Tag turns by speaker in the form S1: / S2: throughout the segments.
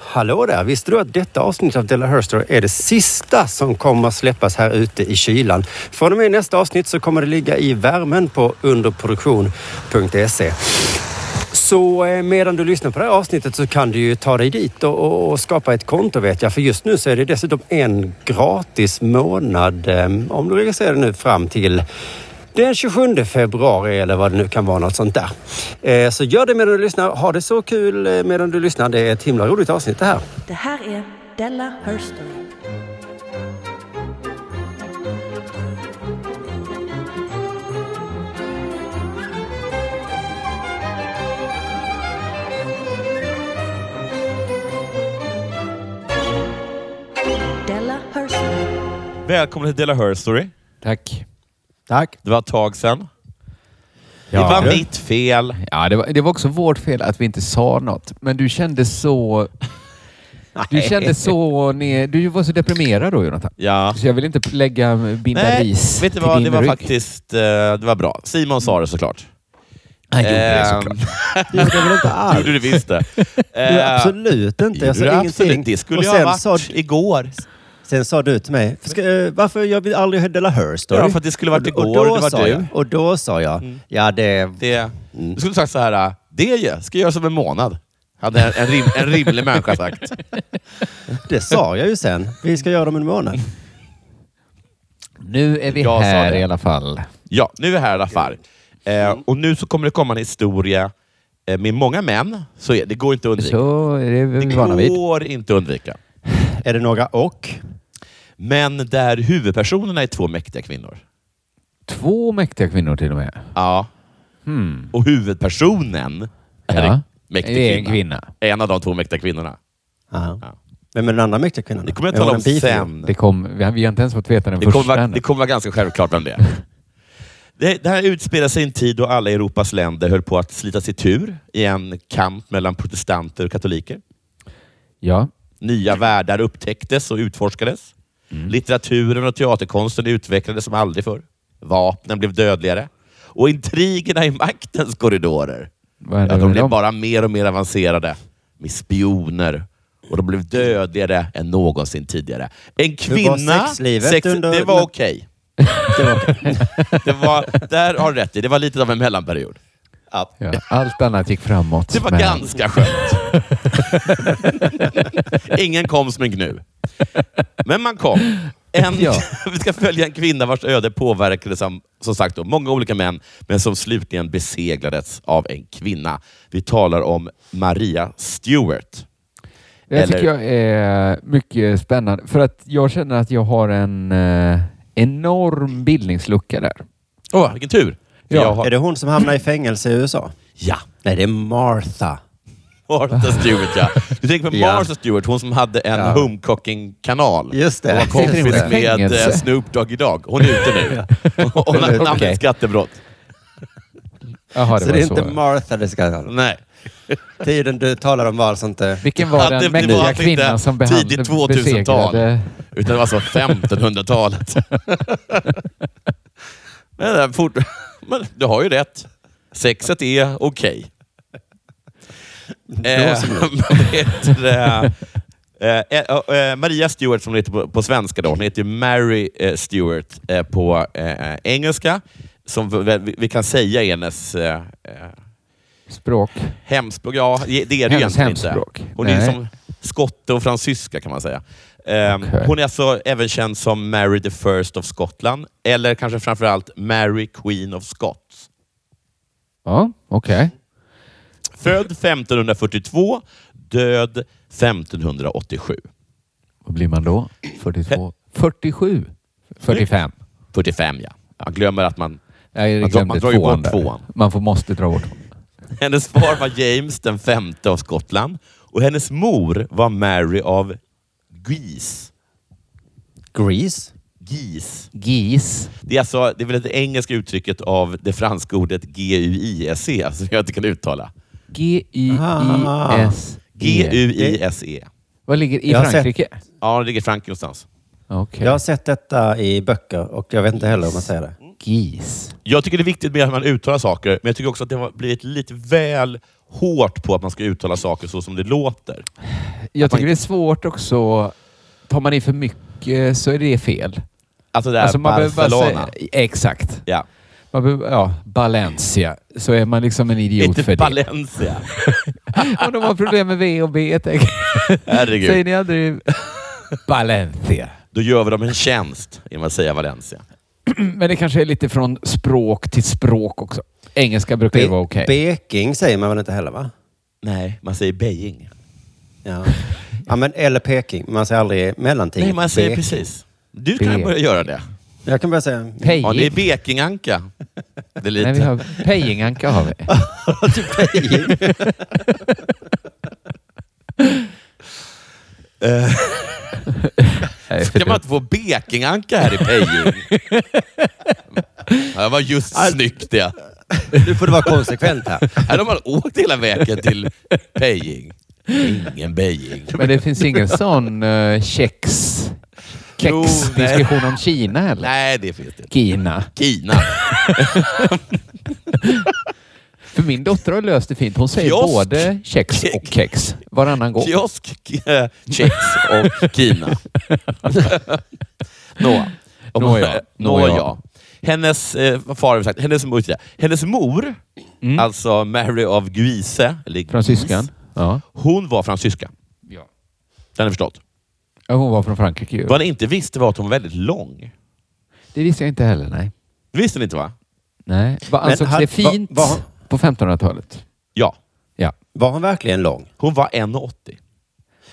S1: Hallå där! Visste du att detta avsnitt av Della Herstory är det sista som kommer släppas här ute i kylan? Från och med nästa avsnitt så kommer det ligga i värmen på underproduktion.se. E. Så eh, medan du lyssnar på det här avsnittet så kan du ju ta dig dit och, och, och skapa ett konto vet jag. För just nu så är det dessutom en gratis månad eh, om du registrerar dig nu fram till den 27 februari eller vad det nu kan vara, något sånt där. Eh, Så gör det medan du lyssnar. Ha det så kul eh, medan du lyssnar. Det är ett himla roligt avsnitt det här.
S2: Det här är Della Herstory. Della Herstory.
S3: Välkommen till Dela Her Story.
S4: Tack.
S1: Tack.
S3: Det var ett tag sedan.
S4: Ja.
S3: Det var mitt fel.
S4: Ja, det, var, det var också vårt fel att vi inte sa något. Men du kände så... Du kände så... Ner, du var så deprimerad då, Jonathan.
S3: Ja.
S4: Så jag vill inte lägga binda ris
S3: vet du
S4: till
S3: vad?
S4: din
S3: Det var
S4: rygg.
S3: faktiskt eh, det var bra. Simon sa det såklart.
S4: Han gjorde det
S3: Ehm,
S4: såklart.
S1: Du gjorde väl inte allt?
S3: Gjorde du visst det?
S1: Du,
S3: Eh,
S1: absolut inte. Jag
S3: gjorde
S1: sa
S3: du
S1: ingenting.
S3: absolut. Det skulle
S1: och
S3: jag ha
S1: sen
S3: varit
S1: sa,
S3: igår.
S1: sen sa du till mig, "Ska, eh, varför gör vi aldrig höra Della Her Story?
S3: Ja, för att det skulle varit
S1: Och- och
S3: igår,
S1: då
S3: det var
S1: sa
S3: du. Mm.
S1: Jag, och då sa jag, ja det...
S3: Det,
S4: Mm.
S3: Du skulle sagt så här. eh, Det ju, ska jag göra som en månad. Hade en, en, rim, en rimlig människa sagt.
S1: det sa jag ju sen. Vi ska göra dem en månad.
S4: Nu är vi
S3: Jag sa
S4: här
S3: det.
S4: i alla fall.
S3: Ja, nu är vi här i alla fall. Eh, och nu så kommer det komma en historia eh, med många män. Så är, det går inte att undvika.
S4: Så är det vi vana
S3: Det
S4: vid.
S3: går inte att undvika.
S1: Är det några och?
S3: Men där huvudpersonerna är två mäktiga kvinnor.
S4: Två mäktiga kvinnor till och med. Hmm.
S3: Ja. Och huvudpersonen är
S4: Ja.
S3: en mäktig
S4: Det är en
S3: kvinna.
S4: kvinna.
S3: En av de två mäktiga kvinnorna.
S1: Ja.
S3: Ja.
S1: Vem är den andra mäktiga kvinnan?
S3: Det kommer jag
S1: Är hon
S3: tala om
S1: en bifil?
S3: sen.
S4: Det
S3: Det,
S4: kom, vi har vi har inte ens fått veta den
S3: kommer
S4: första.
S3: vara,
S4: ännu.
S3: det kommer vara ganska självklart vem det är. Det, det här utspelar sig i en tid då alla Europas länder höll på att slitas i tur i en kamp mellan protestanter och katoliker.
S4: Ja.
S3: Nya världar upptäcktes och utforskades.
S1: Mm.
S3: Litteraturen och teaterkonsten utvecklades som aldrig förr. Vapnen blev dödligare. Och intrigerna i maktens korridorer
S4: Vad hände
S3: Ja, de
S4: med
S3: blev
S4: dem?
S3: bara mer och mer avancerade med spioner och de blev dödligare än någonsin tidigare. En kvinna...
S1: sexlivet under-
S3: det var okej.
S1: Det var okej.
S3: Det var- Där har du rätt i. Det var lite av en mellanperiod.
S1: Ja.
S4: Ja, allt annat gick framåt.
S3: Det var
S4: men-
S3: ganska skönt. Ingen kom som en gnu. Men man kom. En,
S4: Ja.
S3: Vi ska följa en kvinna vars öde påverkades av, som sagt, av många olika män, men som slutligen beseglades av en kvinna. Vi talar om Maria Stewart.
S4: Det här tycker
S3: Eller-
S4: jag är mycket spännande. För att jag känner att jag har en eh, enorm bildningslucka där.
S3: Åh, vilken tur! För
S4: Ja.
S3: jag
S1: Är
S3: har,
S1: det hon som hamnar i fängelse i USA?
S3: ja,
S1: Nej, det är Martha.
S3: Martha Stewart ja. Du tänker på
S1: Ja.
S3: Martha Stewart, hon som hade en
S1: Ja.
S3: homecocking-kanal.
S1: Just det.
S3: Och var kompis
S4: Sitter
S3: med
S4: hon i fängelse?
S3: eh, Snoop Dogg idag. Hon är ute nu. Hon hon har hamnat i
S4: Okej.
S3: skattebrott.
S4: Jaha, det
S1: så
S4: var
S1: det är
S4: så.
S1: inte Martha det ska vara.
S3: Nej.
S1: Tiden du talar om var alltså sånt där.
S4: Vilken var
S3: Ja, det-
S4: den
S3: det
S4: mäktiga
S3: var inte
S4: kvinnan som behand-
S3: tidigt 2000-tal.
S4: besegrade-
S3: Utan det var alltså så 1500-talet. Men, det är fort... Men du har ju rätt. Sexet är okej. Eh, vad heter det? Eh, eh, eh, Maria Stewart som hon heter på, på svenska. Då. Hon heter ju Mary eh, Stewart eh, på eh, engelska. Som vi, vi- vi kan säga är hennes eh, eh,
S4: Språk.
S3: hemspråk. Ja, det är det ju
S4: Hennes
S3: egentligen
S4: hemspråk.
S3: inte. Hon är
S4: Nej.
S3: liksom skotte och fransyska kan man säga. Ehm,
S4: Okej.
S3: Hon är alltså även känd som Mary the First of Scotland. Eller kanske framförallt Mary Queen of Scots.
S4: Ja, okej.
S3: Född 1542, död 1587.
S4: Vad blir man då? 42? 47? 45?
S3: 45 ja. Jag glömmer att man...
S4: Nej, jag
S3: Man drar- man
S4: glömde
S3: drar ju
S4: tvåan
S3: bort
S4: där.
S3: tvåan.
S4: Man får, måste dra bort tvåan.
S3: Hennes far var James den femte av Skottland och hennes mor var Mary av Guise.
S1: Grease?
S3: Guise.
S4: Gis.
S3: Det är, alltså, det är väl det engelska uttrycket av det franska ordet G-U-I-S-E E som jag inte kan uttala.
S4: G-I-I-S. E?
S3: G-U-I-S-E.
S4: Vad ligger i
S1: Jag har sett-
S4: Frankrike?
S3: E. Ja, det ligger i Frankrike någonstans.
S4: Okej.
S1: Jag har sett detta i böcker och jag vet inte heller om man säger det.
S4: Gis.
S3: Jag tycker det är viktigt med hur man uttalar saker, men jag tycker också att det har blivit lite väl hårt på att man ska uttala saker så som det låter.
S4: Jag
S3: Att man
S4: tycker det är svårt också. Tar man in för mycket så är det fel.
S3: Alltså det här
S4: man behöver bara
S3: Barcelona.
S4: säga- Exakt.
S3: Ja.
S4: Man behöver, ja, Valencia. Så är man liksom en idiot
S3: Inte
S4: för det.
S3: Valencia.
S4: Om de har problem med V och B, jag tänker.
S3: Herregud.
S4: Säger ni aldrig Valencia?
S3: Då gör vi dem en tjänst genom att säga Valencia.
S4: Men det kanske är lite från språk till språk också. Engelska brukar ju
S1: Be-
S4: vara okej.
S1: Peking säger man väl inte heller, va?
S3: Nej, man säger Beijing.
S1: Ja. ja men, eller Peking. Man säger aldrig mellanting.
S3: Nej, man säger
S1: Be-
S3: precis. Du kan
S4: Beijing.
S3: börja göra det.
S1: Jag kan bara säga...
S4: Pejing.
S3: Ja, det är Bekinganka. Det är
S4: Nej, vi
S3: lite.
S4: har Pejinganka har vi. Nej, för
S3: Ska man inte få Bekinganka här i Beijing? Ja, Det var just snyggt det.
S1: Nu får du vara konsekvent här.
S3: Här har man åkt hela vägen till Beijing. Ingen Beijing.
S4: dumt. Men det finns ingen sån uh, kex...
S3: Jo, nej.
S4: Kex-diskussion om Kina heller?
S3: Nej, det finns det inte.
S4: Kina.
S3: Kina.
S4: För min dotter har löst det fint. Hon säger
S3: Kiosk.
S4: både kex och kex varannan gång.
S3: Kiosk, eh, kex och Kina. Nåja. Om-
S4: Nåja.
S3: Nåja.
S4: Nåja.
S3: Hennes, eh, vad far har vi sagt? Hennes mor, hennes mor alltså Mary av Guise, eller
S4: Från
S3: Guise,
S4: syskan. Ja.
S3: hon var fransyska.
S4: Ja.
S3: Den är förstått.
S4: Ja, Hon var från Frankrike ju.
S3: Vad ni inte visste var att hon var väldigt lång.
S4: Det visste jag inte heller, nej.
S3: Det visste ni inte va?
S4: nej. Vad
S1: Men
S4: ansågs
S1: han-
S4: det fint
S1: va- va-
S4: på 1500-talet?
S3: Ja.
S4: Ja.
S1: Var hon verkligen lång?
S3: Hon var 1,80.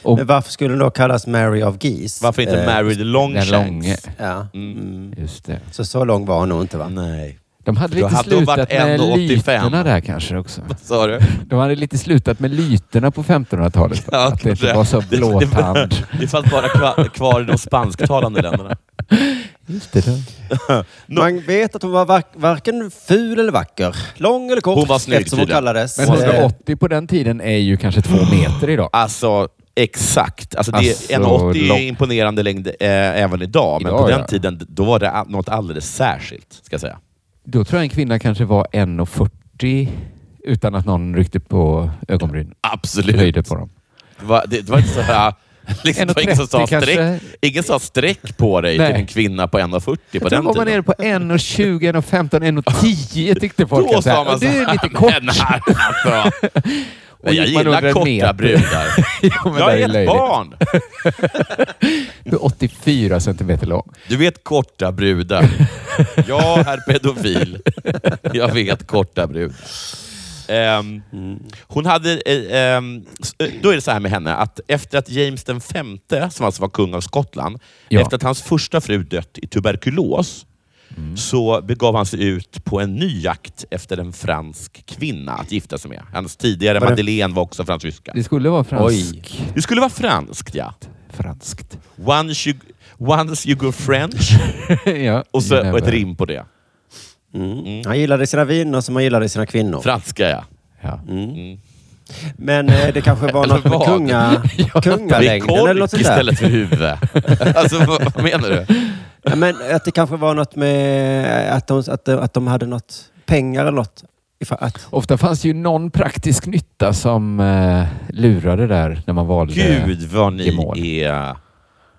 S4: Och
S1: Men varför skulle hon då kallas Mary of Geese?
S3: Varför inte
S1: Eh,
S3: Mary the Long
S4: den långe.
S3: Shanks?
S1: Ja. Mm.
S4: Just det.
S1: Så så lång var hon nog inte, va?
S3: Nej.
S4: De hade
S3: Då
S4: lite
S3: hade hon varit
S4: slutat med
S3: 1,85.
S4: lyterna där kanske också.
S3: Sa du?
S4: De hade lite slutat med lyterna på 1500-talet.
S3: Ja,
S4: att det inte
S3: kanske.
S4: var så
S3: Det-
S4: blåtand.
S3: Det, det fanns bara kvar, kvar i de spansktalande länderna.
S4: Just det. då.
S1: Man vet att hon var vack- varken ful eller vacker. Lång eller kort.
S3: Hon var snygg
S1: eftersom hon
S3: tydligen.
S1: kallades.
S4: Men
S1: Eh,
S4: 180 på den tiden är ju kanske två meter idag.
S3: Alltså, exakt. Alltså, det,
S4: Alltså,
S3: 1,80 är
S4: lång-
S3: ju imponerande längd eh, även idag, men
S4: Idag,
S3: på den
S4: ja.
S3: tiden då var det a- något alldeles särskilt, ska jag säga.
S4: Då tror jag en kvinna kanske var 1,40 utan att någon ryckte på ögonbryn. Höjde
S3: Absolut.
S4: på dem.
S3: Det var, det, det var inte så här... Liksom, det var ingen, som sa
S4: 1,30 kanske.
S3: streck, ingen sa streck på dig
S4: Nej.
S3: till en kvinna på 1,40 på
S4: Då
S3: den
S4: var man
S3: tiden.
S4: nere på 1,20, 1,15, 1,10 tyckte folk.
S3: Då
S4: att så här,
S3: sa man
S4: "Det är
S3: så här,
S4: lite kort.
S3: Men, alltså,
S4: Och
S3: jag
S4: gick man under
S3: gillar
S4: en
S3: korta
S4: meter.
S3: brudar.
S4: Jo, men det
S3: jag
S4: är
S3: är ett
S4: löjligt.
S3: barn.
S4: Du är 84 centimeter lång.
S3: Du vet korta brudar. Jag är pedofil. Jag vet korta brudar. Ehm, hon hade, eh, ehm, s- eh, då är det så här med henne, att efter att James den femte, som alltså var kung av Skottland,
S4: Ja.
S3: efter att hans första fru dött i tuberkulos, så begav han sig ut på en ny jakt efter en fransk kvinna att gifta sig med. Hans tidigare
S1: Var det-
S3: Madeleine var också fransyska.
S4: Det skulle vara fransk.
S3: Det skulle vara franskt, ja.
S4: Franskt.
S3: Once you, once you go French.
S4: ja.
S3: Och så
S4: Geneva.
S3: och ett rim på det.
S1: Mm. Han gillade sina viner som han gillade sina kvinnor.
S3: Franska ja.
S4: Ja.
S3: Mm.
S1: Men eh, det kanske var
S3: Eller
S1: något med
S3: vad?
S1: kunga,
S3: Med
S1: kungalängden eller något sånt
S3: kork
S1: där.
S3: istället för huvud. alltså vad, vad menar du?
S1: Ja, Men att det kanske var något med eh, att de, att de, att de hade något pengar eller något. Ifall Att,
S4: Ofta fanns det ju någon praktisk nytta som eh, lurade där när man valde.
S3: Gud vad ni
S4: Gemål.
S3: är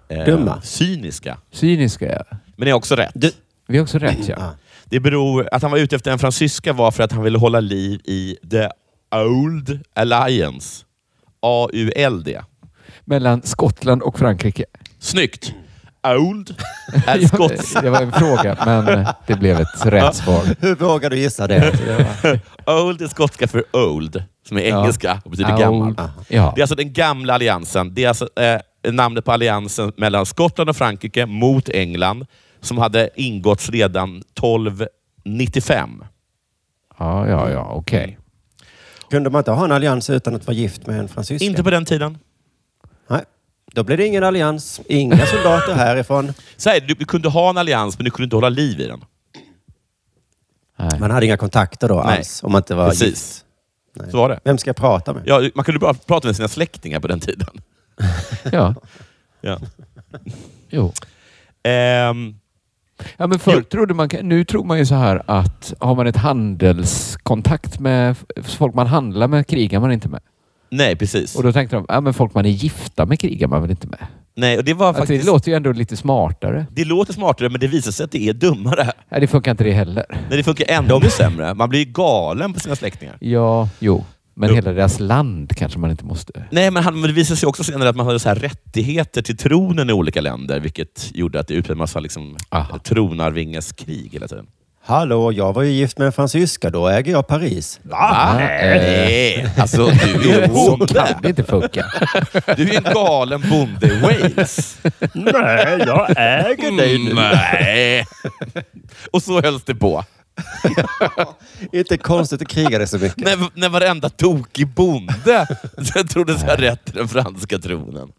S3: eh,
S1: Dumma.
S3: cyniska.
S4: Cyniska, ja.
S3: Men ni har också rätt.
S1: du,
S4: Vi har också rätt, ja.
S3: Mm.
S1: ja.
S3: Det beror, att han var ute efter en fransyska var för att han ville hålla liv i The Old Alliance. A-U-L-D.
S4: Mellan Skottland och Frankrike.
S3: Snyggt! Old är skotts...
S4: Det var en fråga, men det blev ett rätt svar.
S1: Hur vågar du gissa det?
S3: Old är skotska för old, som är
S4: Ja.
S3: engelska och betyder gammal.
S4: Ja.
S3: Det är alltså den gamla alliansen. Det är alltså, eh, namnet på alliansen mellan Skottland och Frankrike mot England som hade ingåtts redan 1295.
S4: ja, ja, ja, okej.
S1: Kunde man inte ha en allians utan att vara gift med en fransyska?
S3: Inte på den tiden.
S1: Nej. Då blir det ingen allians. Inga soldater härifrån.
S3: Så här, du, du kunde ha en allians, men du kunde inte hålla liv i den.
S1: Man hade inga kontakter då
S3: Nej.
S1: alls om man inte var gift.
S3: Precis. Så var det.
S1: Vem ska jag prata med?
S3: Ja, man kunde bara prata med sina släktingar på den tiden.
S4: Ja,
S3: Ja.
S4: jo.
S3: Ehm,
S4: Ja, men förr trodde man, nu tror man ju så här att har man ett handelskontakt med f- folk man handlar med krigar man inte med.
S3: Nej, precis.
S4: Och då tänkte de, ja men folk man är gifta med krigar man väl inte med?
S3: Nej, och det var
S4: Alltså,
S3: faktiskt...
S4: det låter ju ändå lite smartare.
S3: det låter smartare, men det visar sig att det är dummare.
S4: Ja, det funkar inte det heller.
S3: Nej, det funkar ännu sämre. Man blir ju galen på sina släktingar.
S4: Ja, jo. Men
S3: Jo.
S4: hela deras land kanske man inte måste...
S3: Nej, men han- men det visade sig också senare att man hade så här rättigheter till tronen i olika länder, vilket gjorde att det utbröt en massa liksom,
S4: Aha.
S3: tronarvingeskrig hela tiden.
S1: Hallå, jag var ju gift med en fransyska. Då äger jag Paris.
S3: Va? Nej! Alltså, du är en
S4: Så
S3: bonde.
S4: kan det inte funka.
S3: Du är en galen bonde i Wales. Mm,
S1: Nej, jag äger
S3: Nej! Och så hölls det på.
S1: Inte konstigt att kriga det så mycket.
S3: När, när varenda tokig bonde trodde sig ha rätt till den franska tronen.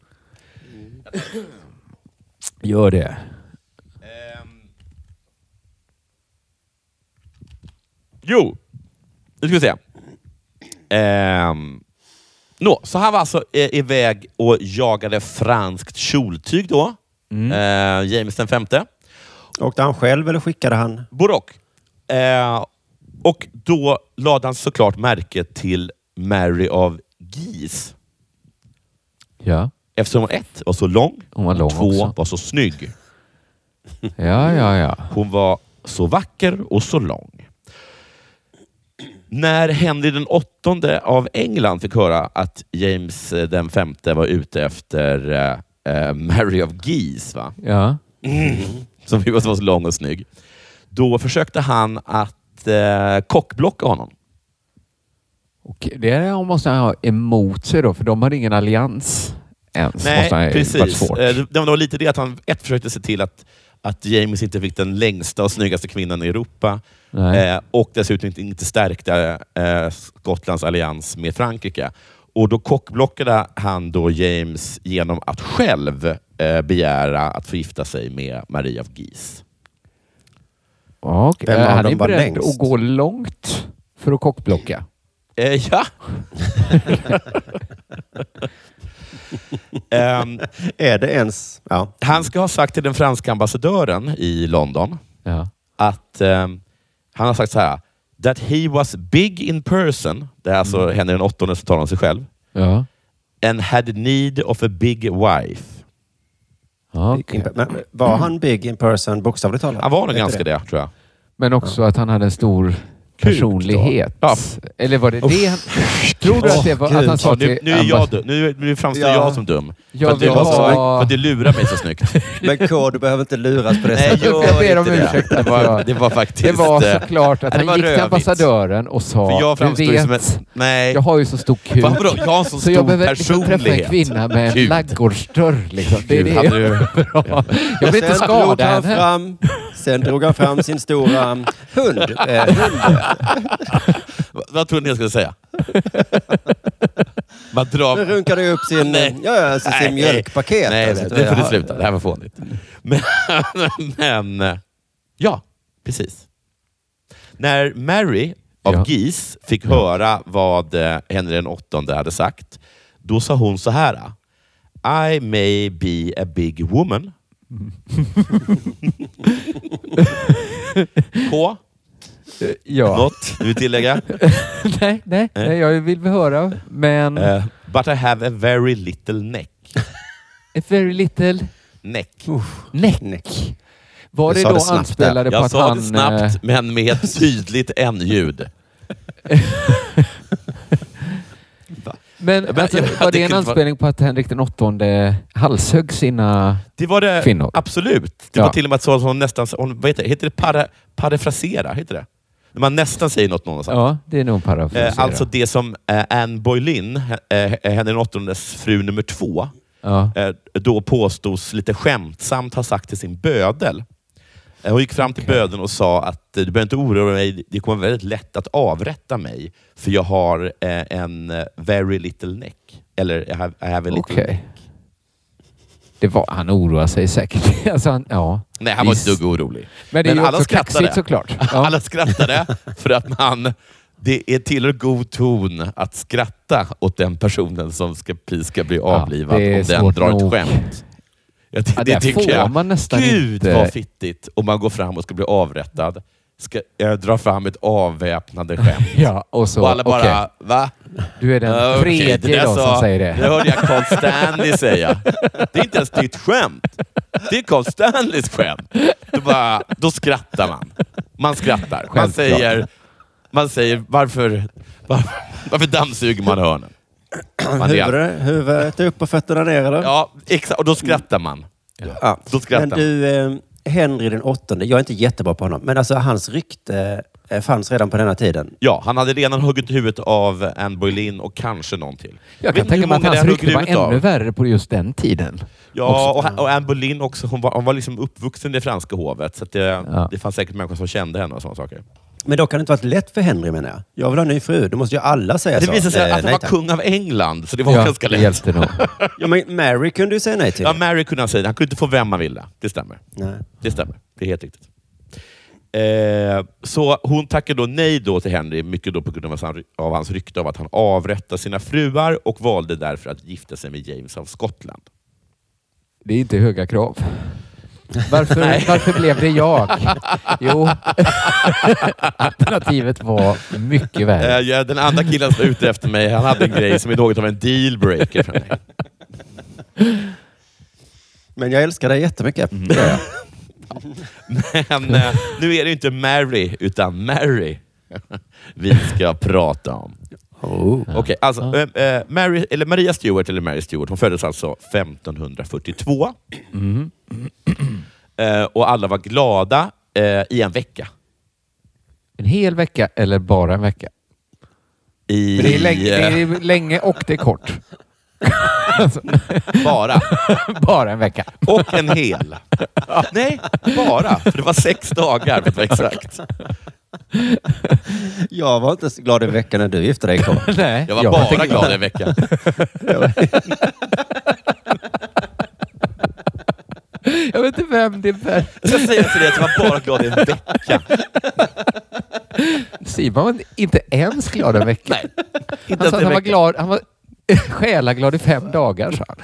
S4: Gör det.
S3: Jo, nu ska vi se. Ehm, nå, så han var alltså eh, iväg och jagade franskt kjoltyg då.
S4: Mm.
S3: Eh, James den femte.
S1: Åkte han själv eller skickade han?
S3: Borok. Eh, och då lade han såklart märke till Mary av Guise.
S4: Ja.
S3: Eftersom hon ett var så lång,
S4: Hon var lång
S3: två
S4: också.
S3: var så snygg.
S4: Ja, ja, ja.
S3: Hon var så vacker och så lång. När Henry den åttonde av England fick höra att James eh, den femte var ute efter eh, eh, Mary of Guise, va?
S4: Ja.
S3: som ju var så lång och snygg, då försökte han att eh, kockblocka honom.
S4: Och det är- måste han ha emot sig då, för de har ingen allians ens. måste han ju- varit
S3: precis.
S4: svårt.
S3: Eh, Det det var lite det att han ett försökte se till att, att James inte fick den längsta och snyggaste kvinnan i Europa.
S4: Nej.
S3: Eh, och dessutom inte, inte stärkte eh, Skottlands allians med Frankrike. Och då kockblockade han då James genom att själv eh, begära att få gifta sig med Maria av Guise.
S4: Ja, och,
S1: Vem
S4: eh,
S1: av
S4: han
S1: dem
S4: är
S1: var
S4: beredd
S1: längst?
S4: att gå långt för att kockblocka.
S3: Eh, ja. Ehm,
S1: Är det ens... Ja.
S3: han ska ha sagt till den franska ambassadören i London
S4: Ja.
S3: att ehm, han har sagt så här. That he was big in person, det är alltså Henry den åttonde som talar om sig själv,
S4: Ja.
S3: and had need of a big wife.
S4: ja okej.
S1: Men var han big in person bokstavligt talat?
S3: Han var nog
S1: Vet du
S3: ganska det, tror jag.
S4: Men också att han hade en stor personlighet.
S3: Ja.
S4: Eller var det det han... Tror du att, det var, att han sa
S3: Ja,
S4: till
S3: nu, nu, är jag,
S4: ambass-
S3: dum. nu, nu framstår
S1: Ja.
S3: jag som dum.
S4: Jag
S3: för, att du
S4: vill
S3: var så,
S4: ha-
S3: för att du lurar mig så snyggt.
S1: Men K, du behöver inte luras på det
S3: Nej,
S1: sättet.
S3: gör
S4: Jag ber om
S3: inte det.
S4: ursäkt.
S3: Det var, det var faktiskt...
S4: Det var
S3: eh,
S4: såklart att
S3: det
S4: han
S3: var
S4: gick till
S3: rövigt.
S4: ambassadören och
S3: För
S4: sa
S3: jag
S4: du
S3: framstår ju som en...
S4: vet,
S3: Nej.
S4: jag har ju så stor kuk.
S3: Vad- vadå? Jag har en sån
S4: Så
S3: stor
S4: jag behöver liksom träffa en
S3: personlighet.
S4: kvinna med en
S3: Kuk.
S4: laggårdsdörr. Liksom. Det är det
S3: Gud, hade
S4: jag
S3: du-
S4: bra. Jag vill inte
S1: Sen drog
S4: skada
S1: han
S4: henne.
S1: fram, sen drog han fram sin stora hund. Eh, hund.
S3: Vad- Vad trodde ni jag skulle säga? Man drar...
S1: Nu runkade jag upp sin,
S3: Nej.
S1: ja, ja, alltså
S3: Nej,
S1: sin mjölkpaket.
S3: Nej,
S1: Alltså,
S3: nej, det får du
S1: ja.
S3: sluta. Det här var fånigt. Men, men eh, ja, precis. När Mary av
S4: Ja.
S3: Guise fick höra vad eh, Henry den åttonde hade sagt, då sa hon så här. I may be a big woman. K,
S4: Ja.
S3: något du vill tillägga?
S4: Nej, nej, nej, jag vill höra. Men
S3: Eh, but I have a very little neck.
S4: a very little
S3: neck.
S4: neck.
S1: Neck.
S4: Var
S1: Du
S4: det
S1: sa
S4: då
S1: det snabbt
S4: anspelade på
S3: Jag
S4: att
S3: sa
S4: han...
S3: det
S4: eh,
S3: snabbt, men med ett tydligt n-ljud.
S4: Men,
S3: Men
S4: alltså,
S3: jag-
S4: var
S3: jag
S4: det en
S3: tycker inte-
S4: anspelning på att Henrik den åttonde halshögg sina...
S3: Det var det
S4: Kvinnor.
S3: absolut. Det
S4: Ja.
S3: var till och med att så att hon nästan... Hon, vad heter det? Heter det para, parafrasera? Heter det? När man nästan säger något någon har sagt.
S4: Ja, det är nog en parafras.
S3: eh, alltså det som eh, Anne Boleyn, eh, eh, Henry VIIIs fru nummer två,
S4: ja.
S3: eh, då påstås lite skämtsamt ha sagt till sin bödel. Eh, hon gick fram till bödeln och sa att eh, du behöver inte oroa dig, det kommer vara väldigt lätt att avrätta mig, för jag har eh, en eh, very little neck. Eller I have, I have a little
S4: Okej.
S3: neck.
S4: Det var, han oroar sig säkert. Alltså han, ja.
S3: Nej, han var
S4: Visst.
S3: inte dugg orolig.
S4: Men det är ju
S3: alla
S4: också
S3: skrattade.
S4: kaxigt såklart. Ja.
S3: Alla skrattade för att man... Det är tillhör god ton att skratta åt den personen som ska, precis ska bli avlivad
S4: det är
S3: om den
S4: svårt
S3: drar ett
S4: nog.
S3: skämt. Ja, det,
S4: Ja,
S3: det
S4: där
S3: tycker
S4: får
S3: jag.
S4: man nästan
S3: Gud
S4: inte-
S3: vad fittigt om man går fram och ska bli avrättad ska jag dra fram ett avväpnande skämt.
S4: Ja, och så...
S3: och alla bara,
S4: okej.
S3: va?
S4: Du är den
S3: Ja, okej,
S4: tredje
S3: det där
S4: då
S3: sa-
S4: som säger
S3: Det
S4: det.
S3: hörde jag Carl Stanley säga. Det är inte ens ditt skämt. Det är Carl Stanleys skämt. Då, bara, då skrattar man. Man skrattar. Man
S4: Självklart.
S3: säger, man säger varför, varför, varför dammsuger man hörnen? Man är,
S1: Huvudet, huvudet upp och fötterna ner eller?
S3: ja, exakt. Och då skrattar man.
S1: Ja.
S3: Då skrattar
S1: Men du, eh, Henry den åttonde, jag är inte jättebra på honom, men alltså hans rykte eh, fanns redan på denna tiden.
S3: Ja, han hade redan huggit huvudet av Anne Boleyn och kanske någon till.
S4: Jag
S3: Vet
S4: kan
S3: ni
S4: tänka
S3: hur
S4: mig att
S3: många
S4: hans
S3: det hugger
S4: rykte var
S3: huvudet av?
S4: ännu värre på just den tiden.
S3: Ja, och, han- och Anne Boleyn också. Hon var, hon var liksom uppvuxen i det franska hovet, så att det, det fanns säkert människor som kände henne och sådana saker.
S1: Men då kan det inte varit lätt för Henry menar jag. Jag vill ha en ny fru. Då måste ju alla säga
S3: Det
S1: så.
S3: visade sig
S1: Eh,
S3: att han
S1: nej
S3: var
S1: tack.
S3: kung av England, så det var ganska
S4: det
S3: lätt.
S4: hjälpte nog.
S1: Ja, men Mary kunde ju säga nej till.
S3: Ja, Mary kunde han säga. Han kunde inte få vem man ville. Det stämmer.
S1: Nej.
S3: Det stämmer. Det är helt riktigt. Eh, så hon tackar då nej då till Henry, mycket då på grund av hans, av hans rykte av att han avrättade sina fruar och valde därför att gifta sig med James av Skottland.
S4: Det är inte höga krav. Varför, varför blev det jag? Jo, alternativet var mycket
S3: Eh,
S4: värre.
S3: ja, den andra killen som var ute efter mig, han hade en grej som är något av en dealbreaker för mig.
S1: Men jag älskar dig jättemycket. Det gör jag.
S3: Men eh, nu är det ju inte Mary, utan Mary vi ska prata om.
S1: Oh.
S3: Okej, alltså eh, eh, Mary, eller Maria Stewart, eller Mary Stewart, hon föddes alltså 1542. Eh, och alla var glada eh, i en vecka.
S4: En hel vecka eller bara en vecka?
S3: I,
S4: För Det är länge, det
S3: eh,
S4: är länge och det är kort.
S3: bara.
S4: Bara en vecka.
S3: Och en hel. Nej, bara. För det var sex dagar för att vara exakt.
S1: Jag var inte så glad i veckan när du gifte dig. Carl.
S4: Nej,
S3: Jag var bara
S4: tänker-
S3: glad i en vecka.
S4: Jag vet inte vem det är.
S3: Jag ska säga till dig att jag var bara glad i en vecka.
S4: Simon var inte ens glad en vecka.
S3: Nej, inte
S4: han
S3: ens
S4: sa att
S3: en
S4: han var
S3: vecka.
S4: glad. Han var själaglad i fem dagar, sa han.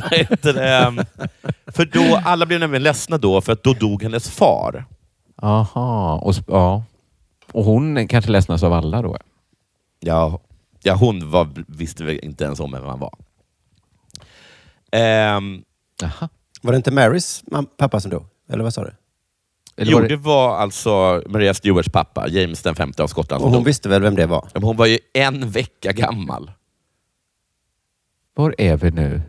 S3: Vad heter det? För då, alla blev nämligen ledsna då, för att då dog hennes far.
S4: Aha, och, sp- ja. och hon kanske ledsnas av alla då.
S3: Ja, ja hon var, visste väl inte ens om vem han var. Ehm,
S4: Aha.
S1: Var det inte Marys mam- pappa som dog? Eller vad sa du?
S4: Eller
S3: jo,
S4: var
S3: det... var alltså Maria Stewarts pappa, James den femte av Skottland.
S1: Och
S3: Hon,
S1: hon visste väl vem det var?
S3: hon var ju en vecka gammal.
S4: Var är vi nu?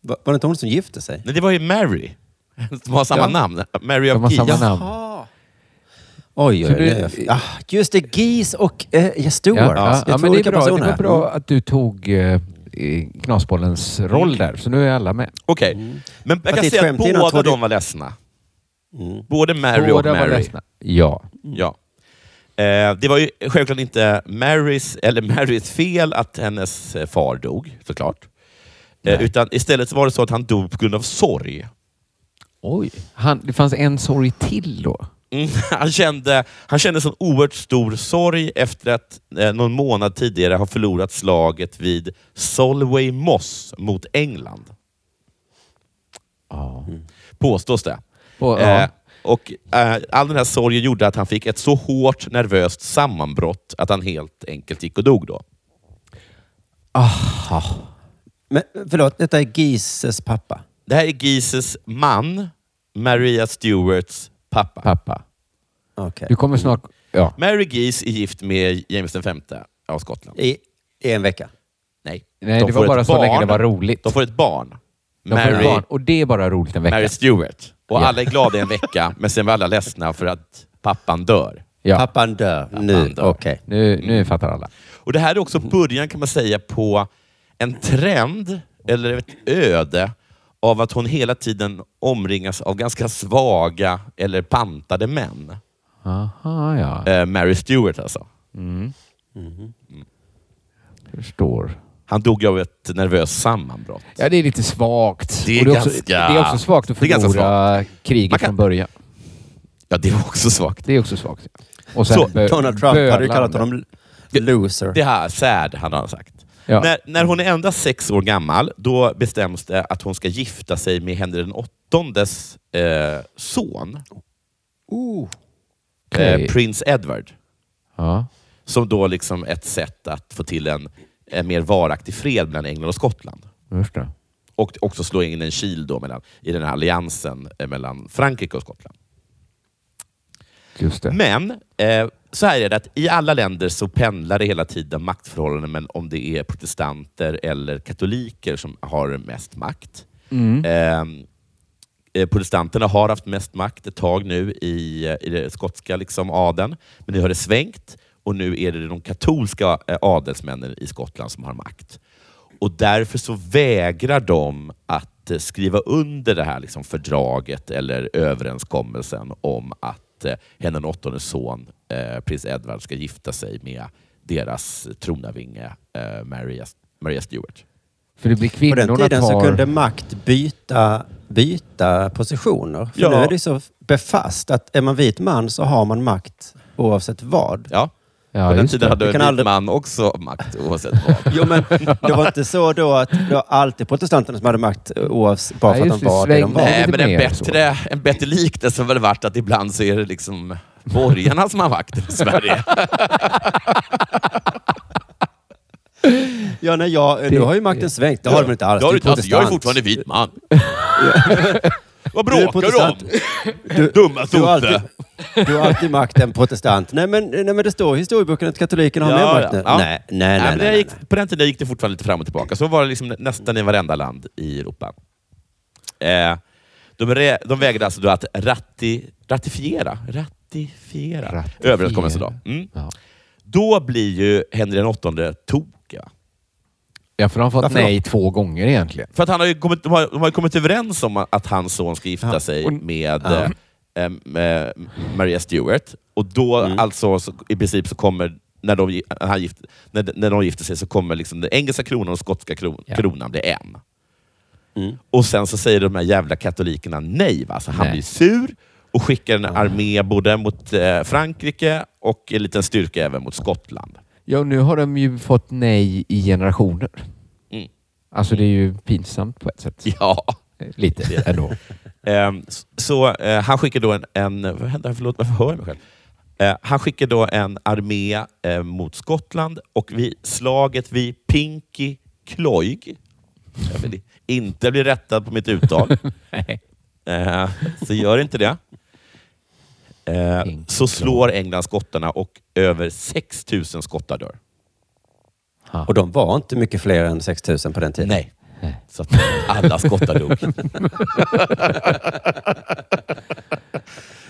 S1: Var var det inte hon som gifte sig?
S3: Nej, det var ju Mary, som har samma
S1: Ja.
S3: namn. Mary
S4: De har
S3: of Gia.
S4: samma namn.
S1: Oj,
S4: Så
S1: oj,
S4: du-
S1: oj. oj. Ah, just det, Geese och eh, Stewart.
S4: Ja, ja,
S1: det är
S4: ja,
S1: två
S4: men det,
S1: olika
S4: är bra. det
S1: personer. Mm.
S4: var bra att du tog eh, i Knasbollens roll där, så nu är alla med.
S3: Okej, men jag
S1: Fast
S3: kan
S1: det är ett
S3: säga att
S1: skämt innan
S3: båda
S1: två-
S3: de var ledsna.
S1: Mm.
S3: Både Mary
S4: Båda
S3: och
S4: var
S3: Mary.
S4: ledsna. Ja.
S3: Mm. Ja. Eh, det var ju självklart inte Marys, eller Marys fel att hennes eh, far dog, såklart. Eh, utan istället så var det så att han dog på grund av sorg.
S4: Oj. Han, det fanns en sorg till då.
S3: Mm, han, kände, han kände sån oerhört stor sorg efter att eh, någon månad tidigare ha förlorat slaget vid Solway Moss mot England,
S4: Ja.
S3: påstås det.
S4: Och,
S3: Eh,
S4: ja.
S3: och eh, All den här sorgen gjorde att han fick ett så hårt nervöst sammanbrott att han helt enkelt gick och dog då.
S1: Men, förlåt, detta är Geeses pappa.
S3: Det här är Gises man, Maria Stewarts pappa.
S4: Pappa.
S1: Okej.
S4: Du kommer snart... Ja.
S3: Mary Geese är gift med James V av Skottland.
S1: I, I en vecka.
S3: Nej,
S4: Nej,
S3: de
S4: det
S3: får
S4: var
S3: ett
S4: bara så
S3: barn.
S4: länge det var roligt.
S3: De får ett barn.
S4: De får
S3: Mary,
S4: barn. Och det är bara roligt en vecka.
S3: Mary Stewart. Och
S4: Ja.
S3: alla är glada i en vecka, men sen var alla ledsna för att pappan dör.
S4: Ja.
S1: Pappan dör nu.
S3: dör.
S1: Okej.
S4: Nu,
S3: Mm.
S4: nu fattar alla.
S3: Och Det här är
S4: Mm.
S3: också början kan man säga på en trend, eller ett öde, av att hon hela tiden omringas av ganska svaga eller pantade män.
S4: Aha, ja.
S3: Eh, Mary Stewart alltså.
S4: Förstår.
S3: Han dog av ett nervöst sammanbrott.
S4: Ja, det är lite svagt.
S3: Det är
S4: Och också,
S3: ganska-
S4: det är också svagt att
S3: det är ganska
S4: förlora kriget
S3: Man kan-
S4: från början.
S3: Ja, det var också svagt.
S4: Det är också svagt. Och sen
S3: Så,
S4: bö-
S1: Donald Trump hade ju
S4: bölar
S1: kallat
S4: om
S1: honom loser.
S3: Det här, sad, hade han sagt.
S4: det. Ja.
S3: När, när hon är endast sex år gammal, då bestäms det att hon ska gifta sig med Henry den åttondes eh, son.
S1: Oh.
S3: eh,
S4: Okej.
S3: prins Edward.
S4: Ja.
S3: Som då liksom ett sätt att få till en, en mer varaktig fred mellan England och Skottland.
S4: Just det.
S3: Och också slå in en kil då mellan, i den här alliansen eh, mellan Frankrike och Skottland.
S4: Just det.
S3: Men eh, så här är det att i alla länder så pendlar det hela tiden maktförhållanden, men om det är protestanter eller katoliker som har mest makt.
S4: Mm.
S3: Eh, eh, protestanterna har haft mest makt ett tag nu i, eh, i det skotska liksom, adeln, men nu har det svängt och nu är det de katolska eh, adelsmännen i Skottland som har makt. Och därför så vägrar de att eh, skriva under det här liksom, fördraget eller överenskommelsen om att eh, Henrik VIIIs son, eh, prins Edward, ska gifta sig med deras tronarvinge eh, Maria, Maria Stuart.
S4: För det blir
S1: På
S4: kvinnorna
S1: den tiden
S4: tar...
S1: så kunde makt byta, byta positioner. För
S3: Ja.
S1: nu är det så befast att är man vit man så har man makt oavsett vad.
S3: Ja,
S4: Ja,
S3: på den
S4: just
S3: tiden
S4: det.
S3: hade
S1: Du
S3: en
S1: kan
S3: vit
S1: aldrig-
S3: man också makt oavsett vad.
S1: Jo, men det var inte så då att det var alltid protestanterna som hade makt oavsett, bara
S4: Nej,
S1: för att
S4: just
S1: de
S4: det,
S1: var det de
S4: sväng-
S1: var.
S3: Nej,
S4: lite
S3: men en
S4: mer
S3: bättre, en bättre liknelse har väl varit att ibland så är det liksom borgarna som har makten i Sverige.
S1: Ja, nej, ja, nu har ju makten svängt. Det har de inte alls.
S3: Det har
S1: Du
S3: du
S1: är
S3: inte alls. Jag är
S1: protestant.
S3: fortfarande vit man. Vad
S1: Du är
S3: bråkar du om?
S1: protestant. Du-
S3: Dumma
S1: Du har,
S3: sosse.
S1: alltid, du har alltid makten protestant. Nej men, nej, men det står i historieboken att katolikerna har
S3: Ja,
S1: mer
S3: ja.
S1: makt nu.
S3: Ja.
S1: Nej, nej,
S3: Nej,
S1: nej.
S3: men det
S1: nej, nej.
S3: gick, på den tiden gick det fortfarande lite fram och tillbaka. Så var det liksom nästan i varenda land i Europa. Eh, de, re, de vägrade alltså då att rati, ratifiera, ratifiera,
S4: Ratifiera.
S3: överenskommelsen. Då. Mm.
S4: Ja.
S3: då blir ju Henry den åttonde tokig. va?
S4: Ja, för de har fått
S1: Varför
S4: nej två gånger egentligen.
S3: För att han har ju kommit, de, har, de har ju kommit överens om att hans son ska gifta sig
S4: och-
S3: med eh, em, eh, Maria Stewart. Och då
S4: Mm.
S3: alltså, så, i princip så kommer, när de, gi- han gift, när, när de gifter sig, så kommer liksom den engelska kronan och skotska kron,
S4: Ja. Mm.
S3: kronan bli en. Och sen så säger de här jävla katolikerna nej. Va? Så han
S4: Nej.
S3: blir sur och skickar en armé både mot eh, Frankrike och en liten styrka även mot Skottland.
S4: Ja, och nu har de ju fått nej i generationer.
S3: Mm.
S4: Alltså det är ju pinsamt på ett sätt.
S3: Ja.
S4: Lite ändå.
S3: Ehm, s- Så eh, han skickar då en... en vad hände? här? Förlåt, varför hör jag mig själv? Eh, Han skickar då en armé eh, mot Skottland och vid slaget vid Pinky Kloig, jag vill inte bli rättad på mitt uttal,
S4: Nej.
S3: Eh, så gör inte det. Eh,
S4: Pinky
S3: Så slår England skottarna och över 6 000 skottar dör.
S1: Och de var inte mycket fler än 6000 på den tiden.
S3: Nej. Så att alla skottar dog.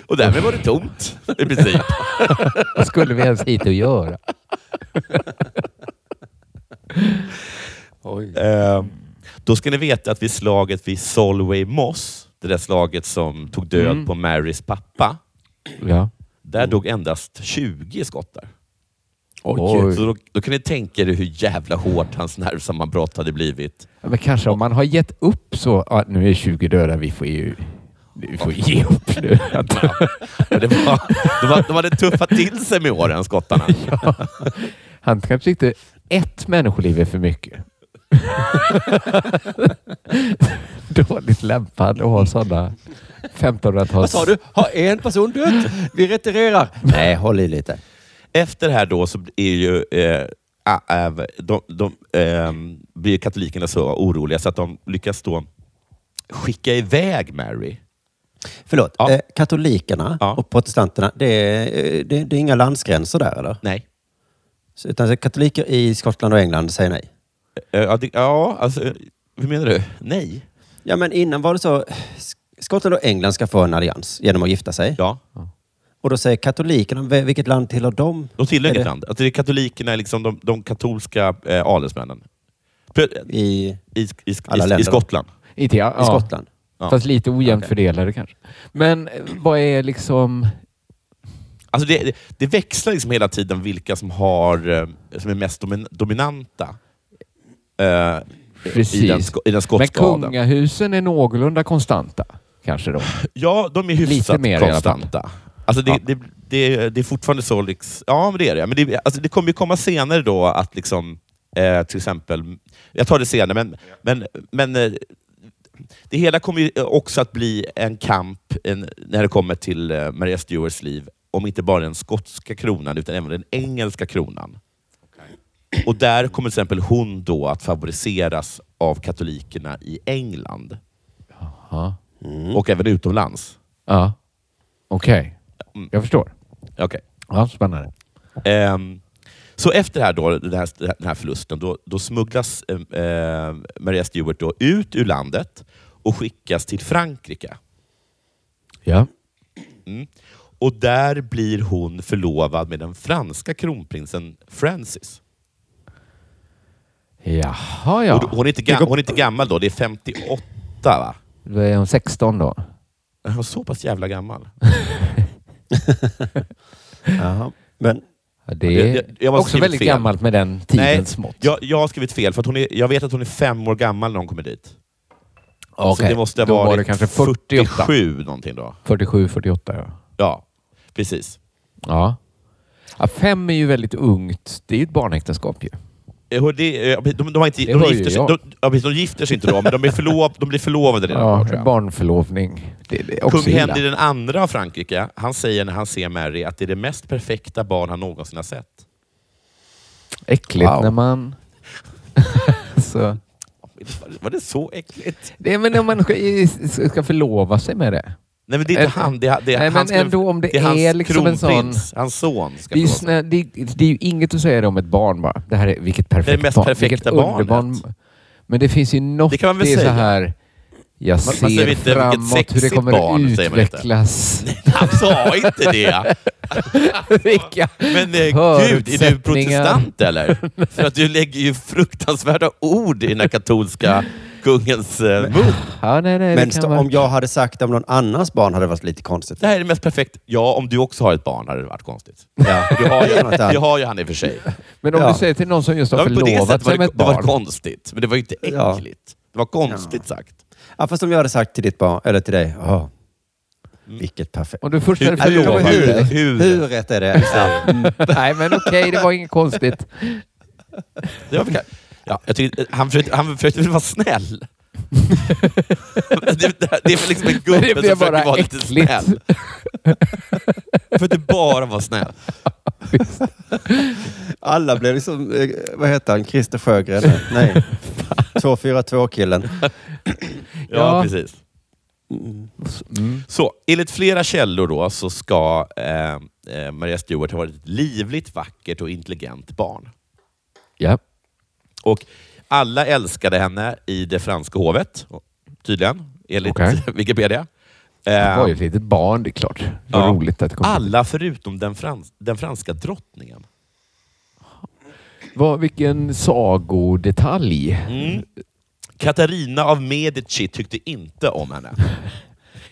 S3: och därmed var det tomt i princip.
S4: Vad skulle vi ens hit och göra?
S1: Oj.
S3: Eh, då ska ni veta att vid slaget vid Solway Moss, det där slaget som tog död på Marys pappa,
S4: Ja.
S3: där dog endast 20 skottar.
S4: Oj.
S3: Så då, då kan ni tänka er hur jävla hårt hans nervsammanbrott hade blivit.
S4: Ja, Men kanske om man har gett upp så... Ja, nu är 20 döda, vi får ju... Vi får ge upp nu.
S3: Men Det var, de, var, de hade tuffat till sig med åren, skottarna.
S4: Han kanske tyckte ett människoliv är för mycket. Dåligt lämpad att ha sådana 1500-tals...
S1: Mm. Vad sa du? Har en person dött? Vi retirerar. Nej, håll i lite.
S3: Efter det här då så är ju eh, ah, ah, de, de, ehm, blir katolikerna så oroliga så att de lyckas då skicka iväg Mary.
S1: Förlåt,
S3: Ja.
S1: eh, katolikerna
S3: Ja.
S1: och protestanterna, det är, eh, det, det är inga landsgränser där eller?
S3: Nej.
S1: Så- Utan så katoliker i Skottland och England säger nej.
S3: Eh, ja, det, ja, alltså, eh, hur menar du? Nej?
S1: Ja, men innan var det så, Sk- Skottland och England ska få en allians genom att gifta sig.
S3: Ja.
S1: Och då säger katolikerna, "Ve- vilket land tillhör de?
S3: De tillhör
S1: Är
S3: inget
S1: det-
S3: land. Att det är katolikerna, liksom de, de katolska eh, adelsmännen. Plö-
S1: I,
S3: I, i, i,
S1: Alla
S3: i,
S1: länder.
S3: Skottland.
S4: Inte jag.
S1: i Skottland.
S3: Ja.
S4: Fast lite ojämnt
S1: Okej.
S4: fördelade kanske. Men eh, vad är liksom...
S3: Alltså det, det, det växlar liksom hela tiden vilka som, har, eh, som är mest domin, dominanta eh, i,
S4: Precis.
S3: den, sko- i den
S4: Men
S3: skotska adeln.
S4: kungahusen är någorlunda konstanta kanske då?
S3: Ja, de är hyfsat
S4: Lite mer i alla fall.
S3: konstanta. Alltså det,
S4: Ja.
S3: det, det, det är fortfarande så... Liksom, ja, men det är det. Men det, alltså det kommer ju komma senare då att liksom, eh, till exempel... Jag tar det senare, men, men, men eh, det hela kommer ju också att bli en kamp en, när det kommer till eh, Maria Stewarts liv, om inte bara den skotska kronan, utan även den engelska kronan. Och där kommer till exempel hon då att favoriseras av katolikerna i England
S4: Ja.
S3: och även utomlands.
S4: ja. Okej.
S1: Mm.
S4: Jag förstår.
S3: Okej.
S4: Ja, spännande.
S3: Ehm, så efter det här då, den, här, den här förlusten, då, då smugglas ehm, ehm, Maria Stewart då ut ur landet och skickas till Frankrike.
S4: Ja.
S3: Och där blir hon förlovad med den franska kronprinsen Francis.
S4: Jaha,
S3: Och då,
S4: ja.
S3: hon, är inte gam, hon är inte gammal då, det är 58 va?
S4: Då är hon 16 då.
S3: Är hon så pass jävla gammal?
S1: Jaha. Men
S4: Ja, det är
S3: Jag- jag- jag måste
S4: också
S3: skrivit
S4: väldigt
S3: fel.
S4: gammalt med den tidens mått.
S3: jag, jag har skrivit fel. För att hon är, jag vet att hon är fem år gammal när hon kommer dit.
S4: Okej,
S3: Så alltså, det måste ha
S4: då
S3: varit
S4: var det kanske 48.
S3: 47 någonting då.
S4: 47, 48 ja.
S3: Ja, precis.
S4: Ja. ja. Fem är ju väldigt ungt. Det är ju ett barnäktenskap ju.
S3: Eh, och Det, eh, de, de, har inte,
S4: Det
S3: de,
S4: var ju
S3: gifter sig,
S4: jag.
S3: de, ja, precis, de gifter sig inte då, men de, är förlov, de blir förlovade redan. då,
S4: Ja,
S3: tror jag.
S4: barnförlovning. Det det är också
S3: Kung
S4: illa.
S3: Henry den andra av Frankrike, han säger när han ser Mary att det är det mest perfekta barn han någonsin har sett.
S4: Äckligt
S1: Wow.
S4: när man... så.
S3: Var det- Var det så äckligt?
S4: Det är men när man ska- ska förlova sig med det.
S3: Nej, men det är inte
S4: Äh,
S3: han. Det är, det är,
S4: nej,
S3: han
S4: men
S3: skulle-
S4: ändå om det
S3: är, hans
S4: är liksom en sån-
S3: kronprins, Hans son. Ska
S4: Det är, ju
S3: förlova sig.
S4: snä, det, är- det är ju inget att säga om ett barn bara. Det här är vilket perfekt
S3: Det är det mest
S4: barn.
S3: perfekta
S4: vilket
S3: barnet.
S4: underbarn. Men det finns ju något.
S3: Det kan man väl
S4: är
S3: säga.
S4: så här. Jag
S3: man
S4: ser
S3: säger inte vilket
S4: framåt hur det
S3: sexigt
S4: kommer
S3: barn,
S4: att
S3: säger man inte.
S4: utvecklas.
S3: Han sa inte det!
S4: Vilka
S3: Men eh, gud, är du
S4: förutsättningar.
S3: protestant eller? För att du lägger ju fruktansvärda ord i den här katolska kungens eh, mun.
S4: Ja, nej, nej,
S1: Men
S4: det kan
S1: st-
S4: vara...
S1: om jag hade sagt om någon annans barn hade det varit lite konstigt.
S3: Det här är det mest perfekta. Ja, om du också har ett barn hade det varit konstigt. Ja, du, har ju,
S1: Jonathan.
S3: du har ju han i och för sig.
S4: Men om
S1: Ja.
S4: du säger till någon som just har
S3: Ja, men på det
S4: förlovat
S3: sättet var
S4: sig med
S3: det,
S4: ett
S3: det var
S4: barn.
S3: konstigt, men det var ju inte
S1: Ja.
S3: äckligt. Det var konstigt sagt.
S1: Ja, fast om jag hade sagt till ditt barn, eller till dig, oh, vilket perfekt.
S4: Om du först hade
S3: Hur-
S1: Eller
S4: förlovat
S1: kanske hur,
S4: dig.
S3: hur-
S1: hur, hur rätt är det?
S4: Nej, men okej, det var inget konstigt.
S3: Det var, förka- ja, jag tycker, han, försökte, han försökte väl vara snäll. det, det är väl liksom en
S4: Men
S3: gubbe
S4: det
S3: som
S4: blev
S3: försöker
S4: bara
S3: vara lite
S4: äckligt.
S3: snäll. För att det bara vara snäll.
S1: Alla blev liksom, eh, vad heter han, Christer Sjögren? Nej, 242-killen.
S3: Ja,
S4: Ja.
S3: precis.
S4: Mm.
S3: Så, enligt flera källor då så ska eh, eh, Maria Stewart ha varit ett livligt, vackert och intelligent barn.
S4: Ja.
S3: Och alla älskade henne i det franska hovet, tydligen, enligt
S4: Okej.
S3: Wikipedia.
S4: Det
S3: Eh,
S4: var ju ett litet barn, det är klart. Det var
S3: Ja.
S4: roligt att det kom.
S3: alla förutom den, frans- den franska drottningen.
S4: Vad, vilken sagodetalj.
S3: Mm. Katarina av Medici tyckte inte om henne.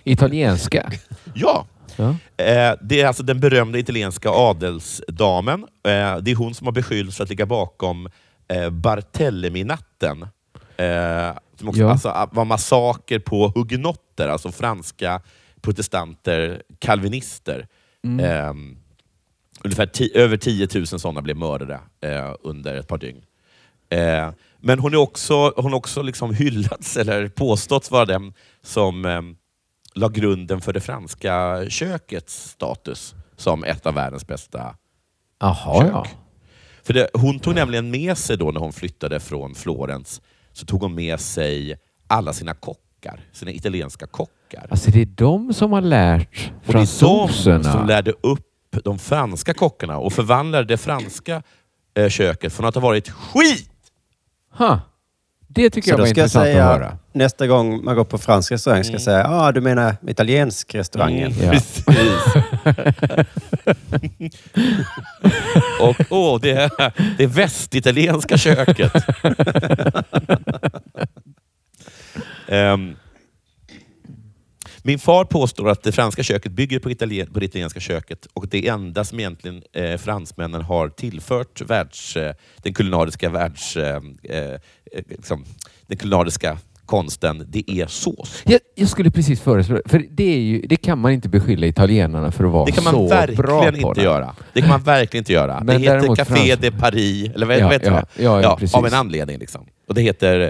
S4: Italienska.
S3: Ja,
S4: Ja.
S3: eh, det är alltså den berömda italienska adelsdamen. Eh, det är hon som har beskyllts för att ligga bakom eh, Barthélemy-natten. Eh, som också,
S4: Ja.
S3: alltså, ah, var massaker på hugenotter, alltså franska protestanter, kalvinister. Eh, ungefär ti- över 10 000 sådana blev mördade eh, under ett par dygn. Eh, men hon är också, hon har också liksom hyllats, eller påståtts vara den som eh, la grunden för det franska kökets status som ett av världens bästa.
S4: Jaha, ja.
S3: För det, Hon tog nämligen med sig, då när hon flyttade från Florens, så tog hon med sig alla sina kockar, sina italienska kockar.
S4: Alltså det är de som har lärt
S3: Och det är de
S4: fransoserna.
S3: som lärde upp de franska kockarna och förvandlade det franska eh, köket från att ha varit skit
S4: ha. Det tycker
S1: Så
S4: jag
S1: då
S4: var
S1: ska jag
S4: intressant
S1: säga,
S4: att höra.
S1: nästa gång man går på fransk restaurang, ska jag säga, ja ah, du menar italiensk restaurang?
S3: Mm,
S4: Ja.
S3: Precis. och åh, det, det västitalienska köket. Ehm, min far påstår att det franska köket bygger på, italien, på det italienska köket och det enda som egentligen eh, fransmännen har tillfört världs, eh, den kulinariska världs... Eh, eh, liksom, den kulinariska konsten det är sås.
S4: Jag, jag skulle precis föreslå det, för det, är ju, det kan man inte beskylla italienarna för att vara
S3: Det kan man
S4: så bra
S3: verkligen
S4: på.
S3: inte göra. Det kan man verkligen inte göra.
S4: Men
S3: det heter
S4: däremot
S3: Café
S4: Frans-
S3: de Paris, eller vad
S4: Ja,
S3: vad heter
S4: ja,
S3: det?
S4: ja, ja, precis.
S3: av en anledning. Liksom. Och det heter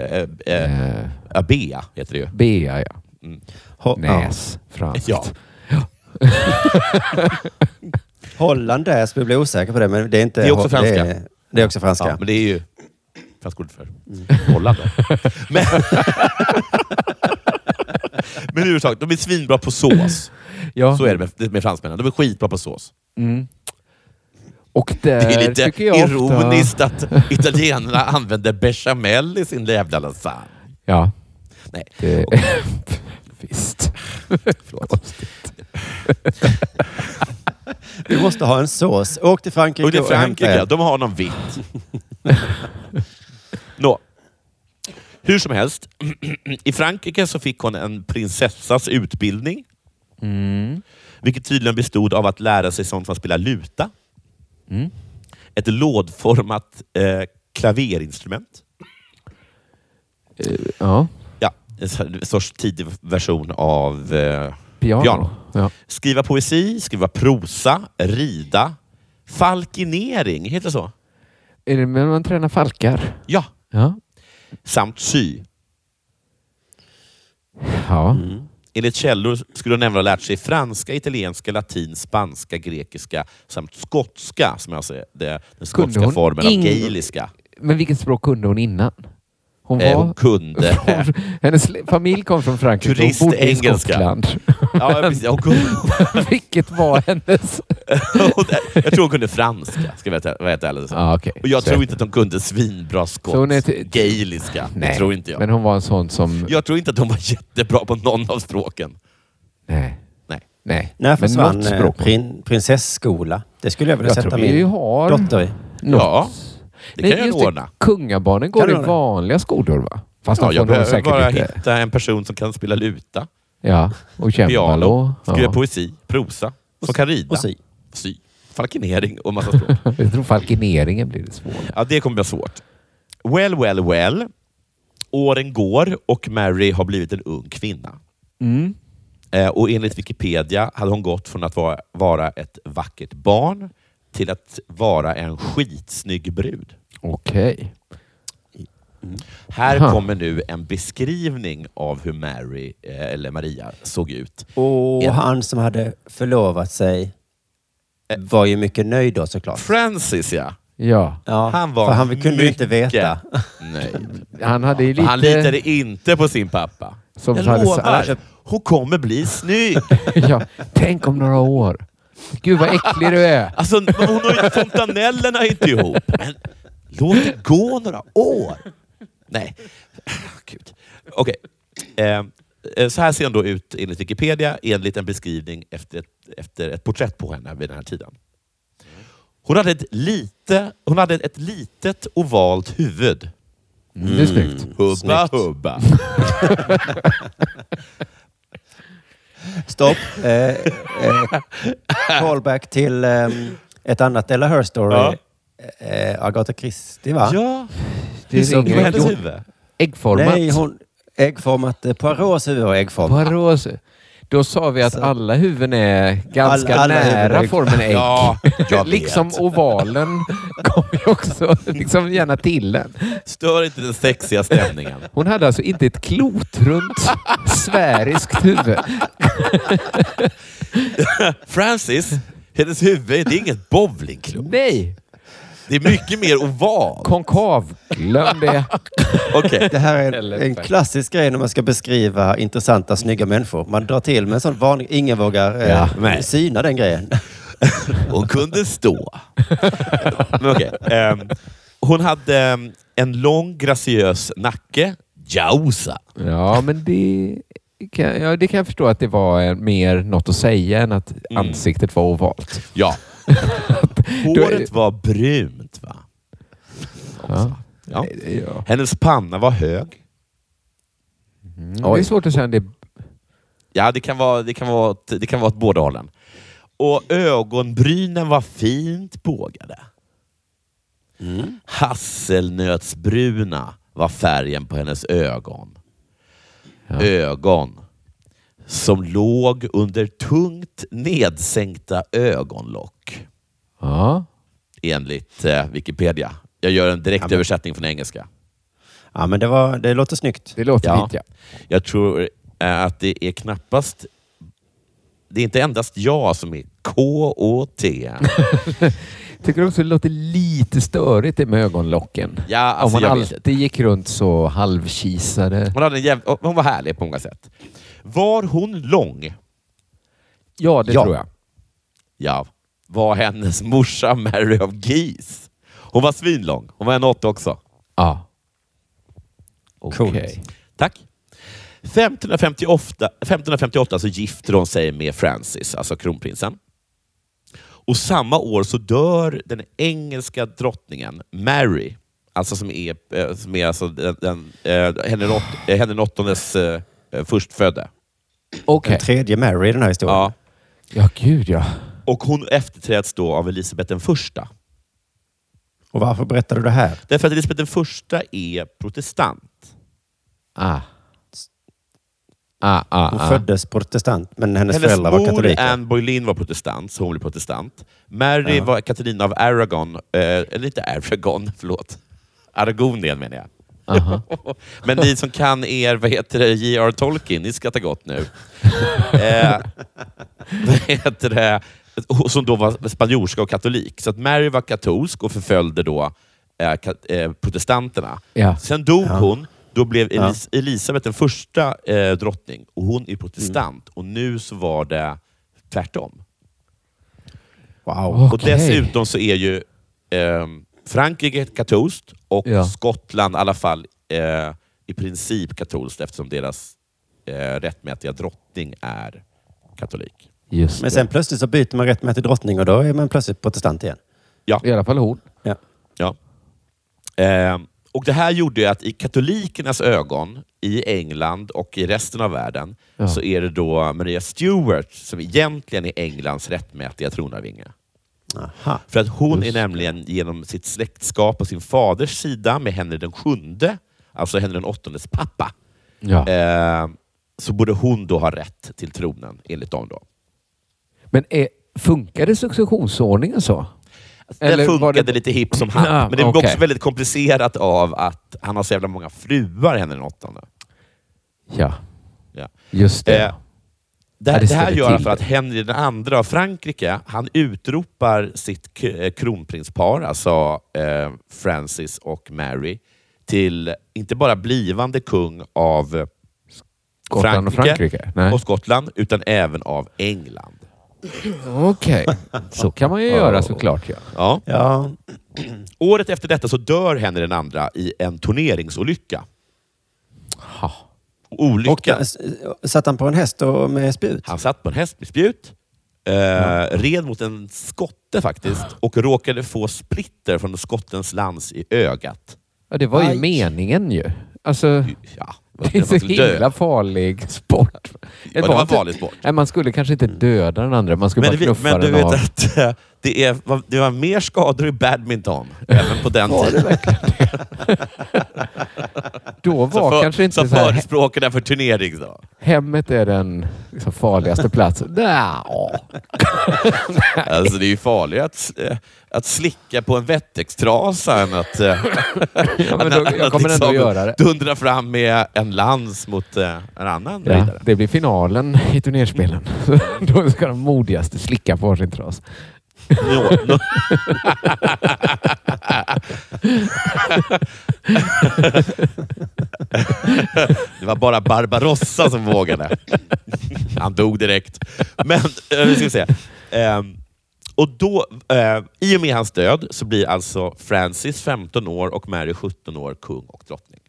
S3: eh, eh,
S4: Eh,
S3: Abea. Heter det ju.
S4: Bea, ja.
S1: Ho-
S4: Näs, franskt.
S3: Ja.
S1: ja. Hollandaise, vi blir osäkra på det, men det är inte...
S3: Det är också franska.
S1: Det är, det är också franska.
S3: Ja, men det är ju franska ordet för Holland. då. Men, men överhuvudtaget, de är svinbra på sås.
S4: Ja.
S3: Så är det med, med fransmännen. De är skitbra på sås.
S4: Mm. Och där
S3: Det är lite
S4: Eh, tycker jag ofta-
S3: ironiskt att italienarna använder bechamel i sin jävla lasagne.
S4: Ja.
S3: Nej.
S4: Det... Visst.
S3: Förlåt.
S1: Du måste ha en sås. Åk till Frankrike
S3: Och det är
S1: hämta
S3: Frankrike,
S1: en.
S3: de har någon vitt. Nå. Hur som helst, i Frankrike så fick hon en prinsessas utbildning. Vilket tydligen bestod av att lära sig sånt som att spela luta. Ett lådformat eh, klaverinstrument.
S4: Ja.
S3: Ja, en sor- sorts tidig version av eh,
S4: Piano.
S3: Piano.
S4: Ja.
S3: skriva poesi, skriva prosa, rida. Falkinering, heter det så?
S4: Är det när man tränar falkar?
S3: Ja,
S4: Ja.
S3: samt sy.
S4: Ja.
S3: Mm. Enligt källor skulle hon nämligen ha lärt sig franska, italienska, latin, spanska, grekiska samt skotska, som jag säger, det, den skotska
S4: hon
S3: formen av
S4: ing-
S3: gaeliska.
S4: Men vilket språk kunde hon innan? Hon
S3: Eh, hon
S4: var...
S3: kunde...
S4: Hon, hennes le- familj kom från Frankrike. Hon bodde i
S3: Turistengelska.
S4: Skottland.
S3: ja, precis, hon kunde
S4: vilket var hennes...
S3: jag tror hon kunde franska, ska jag vara vara helt ärlig.
S4: Ja, okej.
S3: Och jag
S4: Så-
S3: tror inte att hon kunde svinbra skotsk,
S4: Så hon är till-
S3: gaeliska. Det tror inte jag.
S4: Men hon var en sån som...
S3: Jag tror inte att hon var jättebra på någon av språken.
S4: Nej.
S3: Nej.
S4: Nej.
S1: När
S4: Men
S1: försvann
S4: något
S1: eh,
S4: språk.
S1: prin, prinsessskola? Det skulle jag vilja
S4: Jag
S1: sätta
S4: tror vi
S1: min
S4: har
S1: dotter i.
S4: något.
S3: Ja, det kan jag
S4: just det.
S3: ordna.
S4: Kungabarnen
S1: Kan
S4: går
S1: du
S4: i
S1: ordna?
S4: vanliga skolor va? Fast
S3: Ja,
S4: de får
S3: jag
S4: nog
S3: behöver
S4: säkert
S3: bara
S4: lite...
S3: hitta en person som kan spela luta,
S4: Ja, och
S3: piano,
S4: cembalo.
S3: skriva
S4: Ja.
S3: poesi, prosa, som kan rida,
S1: Och sy.
S3: sy, falkinering och massa språk.
S4: Jag tror falkineringen blir det svårt.
S3: Ja, det kommer bli svårt. Well, well, well. Åren går och Mary har blivit en ung kvinna.
S4: Mm.
S3: Eh, och enligt Wikipedia hade hon gått från att vara, vara ett vackert barn till att vara en skitsnygg brud.
S4: Okej.
S3: Här
S4: Aha.
S3: kommer nu en beskrivning av hur Mary, eh, eller Maria, såg ut.
S1: Och
S3: Ja.
S1: han som hade förlovat sig var ju mycket nöjd då såklart.
S3: Francis ja.
S4: Ja.
S1: Ja,
S3: Han var
S1: för han kunde ju inte
S3: mycket
S1: veta.
S3: nöjd.
S4: Han hade ju lite...
S3: Han litade inte på sin pappa.
S4: som
S3: Jag
S4: hade-
S3: lovar, hon kommer bli snygg.
S4: ja, tänk om några år. Gud vad äcklig du är.
S3: Alltså, hon har ju, fontanellerna är inte ihop. Men låt det gå några år. Nej. Gud. Okej. Eh, eh, så här ser hon då ut enligt Wikipedia, enligt en beskrivning efter ett, efter ett porträtt på henne vid den här tiden. Hon hade ett, lite, hon hade ett litet ovalt huvud. Mm.
S4: Det är snyggt.
S3: Hubba hubba.
S1: Stopp. Eh, eh, callback till ehm, ett annat Ella Her Story.
S3: Ja.
S1: Eh, Agatha Christie va?
S3: Ja,
S4: Det
S1: Det är
S4: ringer
S3: det var
S1: Vad
S3: hennes
S1: gjorde-
S3: huvud.
S4: Äggformat.
S1: Nej, hon... Äggformat. eh, Poirots huvud var äggformat.
S4: Poirot. Då sa vi att
S1: Så.
S4: alla huvuden är
S1: Alla-
S4: ganska
S1: alla huvuden
S4: nära
S1: är-
S4: formen ägg.
S3: Ja, jag vet.
S4: liksom ovalen kom ju också liksom gärna till den.
S3: Stör inte den sexiga stämningen.
S4: Hon hade alltså inte ett klotrunt sfäriskt huvud.
S3: Francis, hennes huvud, det är inget bowlingklubb.
S4: Nej!
S3: Det är mycket mer oval.
S4: Konkav. Glöm det.
S3: Okej.
S1: Det här är en,
S4: Eller
S1: en
S4: tack.
S1: klassisk grej när man ska beskriva intressanta, snygga människor. Man drar till med en sån varning. Ingen vågar eh,
S3: Ja, nej.
S1: syna den grejen.
S3: Hon kunde stå. Men okej. Ehm, hon hade ehm, en lång graciös nacke. Jausa.
S4: Ja, men det kan, ja, det kan jag förstå att det var eh, mer något att säga än att ansiktet var ovalt.
S3: Ja. Håret var brunt va?
S4: Ja.
S3: Ja.
S4: Ja.
S3: Hennes panna var hög.
S4: Mm. Det är svårt att känna det.
S3: Ja, det kan vara, det kan vara, åt, det kan vara åt båda hållen. Och ögonbrynen var fint bågade.
S1: Mm.
S3: Hasselnötsbruna var färgen på hennes ögon. ögon som låg under tungt nedsänkta ögonlock,
S4: Ja.
S3: enligt eh, Wikipedia. Jag gör en direkt
S1: Ja, men-
S3: översättning från engelska.
S1: Ja, men det, var, det låter snyggt.
S4: Det låter
S3: Ja.
S4: fint, ja.
S3: Jag tror eh, att det är knappast... Det är inte endast jag som är K-O-T.
S4: Tycker du också det låter lite störigt det med ögonlocken?
S3: Ja, alltså,
S4: Om man
S3: jag vet
S4: alltid gick runt så halvkisade.
S3: Hon, hade en jäv... hon var härlig på många sätt. Var hon lång?
S4: Ja, det
S1: Ja.
S4: tror jag.
S3: Ja. Var hennes morsa Mary of Geese? Hon var svinlång. Hon var en åtta också.
S4: Ja.
S1: Coolt.
S3: Tack. 1558, 1558 så gifter hon sig med Francis, alltså kronprinsen. Och samma år så dör den engelska drottningen Mary, alltså som är, eh, som är alltså den, den, eh, Henry den åt- eh, Henry den åttondes eh, eh, förstfödde.
S4: Okej.
S1: Den tredje Mary i den här historien.
S3: Ja.
S4: Ja, gud ja.
S3: Och hon efterträds då av Elisabeth den första.
S1: Och varför berättar du det här?
S3: Därför att Elisabeth den första är protestant.
S4: Ah. Ah,
S1: Hon
S4: ah, ah.
S1: föddes protestant, men hennes,
S3: Hennes
S1: föräldrar var
S3: mor
S1: katoliker.
S3: Anne Boleyn var protestant, så hon blev protestant. Mary
S1: Ja.
S3: var Katarina av Aragon, eh, eller inte Aragon, förlåt. Aragonien menar jag.
S4: Aha.
S3: Men ni som kan er, vad heter det, J.R. Tolkien, ni skrattar gott nu. eh, vad heter det, och som då var spanjorska och katolik. Så att Mary var katolsk och förföljde då eh, kat- eh, protestanterna.
S4: Ja.
S3: Sen dog hon. Då blev Elis- Elisabeth den första eh, drottning och hon är protestant. Och nu så var det tvärtom.
S1: Wow.
S4: Okej.
S3: Och dessutom så är ju ehm, Frankrike katolskt och
S4: Ja.
S3: Skottland i alla fall eh, i princip katolskt eftersom deras eh, rättmätiga drottning är katolik.
S4: Just
S1: Men
S4: det.
S1: sen plötsligt så byter man rätt med till drottning och då är man plötsligt protestant igen.
S4: I alla fall hon.
S1: Ja.
S3: Ja. Ehm, och Det här gjorde ju att i katolikernas ögon i England och i resten av världen
S4: Ja.
S3: så är det då Maria Stuart som egentligen är Englands rättmätiga tronarvinge.
S1: Aha.
S3: För att hon är nämligen genom sitt släktskap på sin faders sida med Henry den sjunde, alltså Henry den åttondes pappa,
S4: Ja.
S3: eh, så borde hon då ha rätt till tronen enligt dem. Då.
S4: Men är, funkade successionsordningen så?
S3: Alltså, Den
S4: Eller var
S3: funkade
S4: det-
S3: lite hipp som happ,
S4: Ja,
S3: men det var
S4: okej.
S3: också väldigt komplicerat av att han har så jävla många fruar, Henry den åttonde.
S4: Ja,
S3: Ja.
S4: just det.
S3: Eh, Det,
S4: Ja,
S3: här-
S4: det
S3: det här
S4: ställer
S3: gör
S4: till
S3: för att
S4: det.
S3: Henry den andra av Frankrike, han utropar sitt k- eh, kronprinspar, alltså eh, Francis och Mary, till inte bara blivande kung av
S4: Skottland och Frankrike? Nej.
S3: och Skottland, utan även av England.
S4: Okej, så kan man ju göra såklart. Ja.
S3: Ja.
S1: Ja.
S3: Året efter detta så dör Henry den andra i en turneringsolycka.
S4: Ha.
S1: Och
S3: Olycka.
S1: där, s- eh, satt han på en häst och med spjut?
S3: Han satt på en häst med spjut, eh, red mot en skotte faktiskt och råkade få splitter från skottens lans i ögat.
S4: Ja, det var ju
S1: Aj.
S4: meningen ju. Alltså,
S3: Ja,
S4: det är
S3: man
S4: så
S3: skulle dö.
S4: himla farlig sport.
S3: Ja, det var en farlig sport.
S4: Nej, man skulle kanske inte döda den andra, man skulle
S3: Men,
S4: bara
S3: vi,
S4: knuffa
S3: men du
S4: den
S3: vet
S4: av.
S3: att eh, det, är, var- det var mer skador i badminton även på den
S4: Var det
S3: tiden.
S4: verkligen det? Då var
S3: Så, för,
S4: kanske inte
S3: så
S4: så, här, he-
S3: förespråkarna för turnering. Då.
S4: hemmet är den liksom, farligaste platsen. Nja.
S3: Alltså, det är ju farligare att, eh, att slicka på en vettextrasa än att, eh,
S4: Ja, men
S3: än
S4: då,
S3: att
S4: jag kommer ändå
S3: liksom
S4: göra det.
S3: dundra fram med en lans mot eh, en annan
S4: Ja,
S3: riddare.
S4: det blir finalen i turnerspelen. Då ska de modigaste slicka på varsin tras.
S3: Nå, nå, det var bara Barbarossa som vågade. Han dog direkt. Men eh, vi ska se. Ehm, och då, eh, I och med hans död så blir alltså Francis 15 år och Mary 17 år kung och drottning.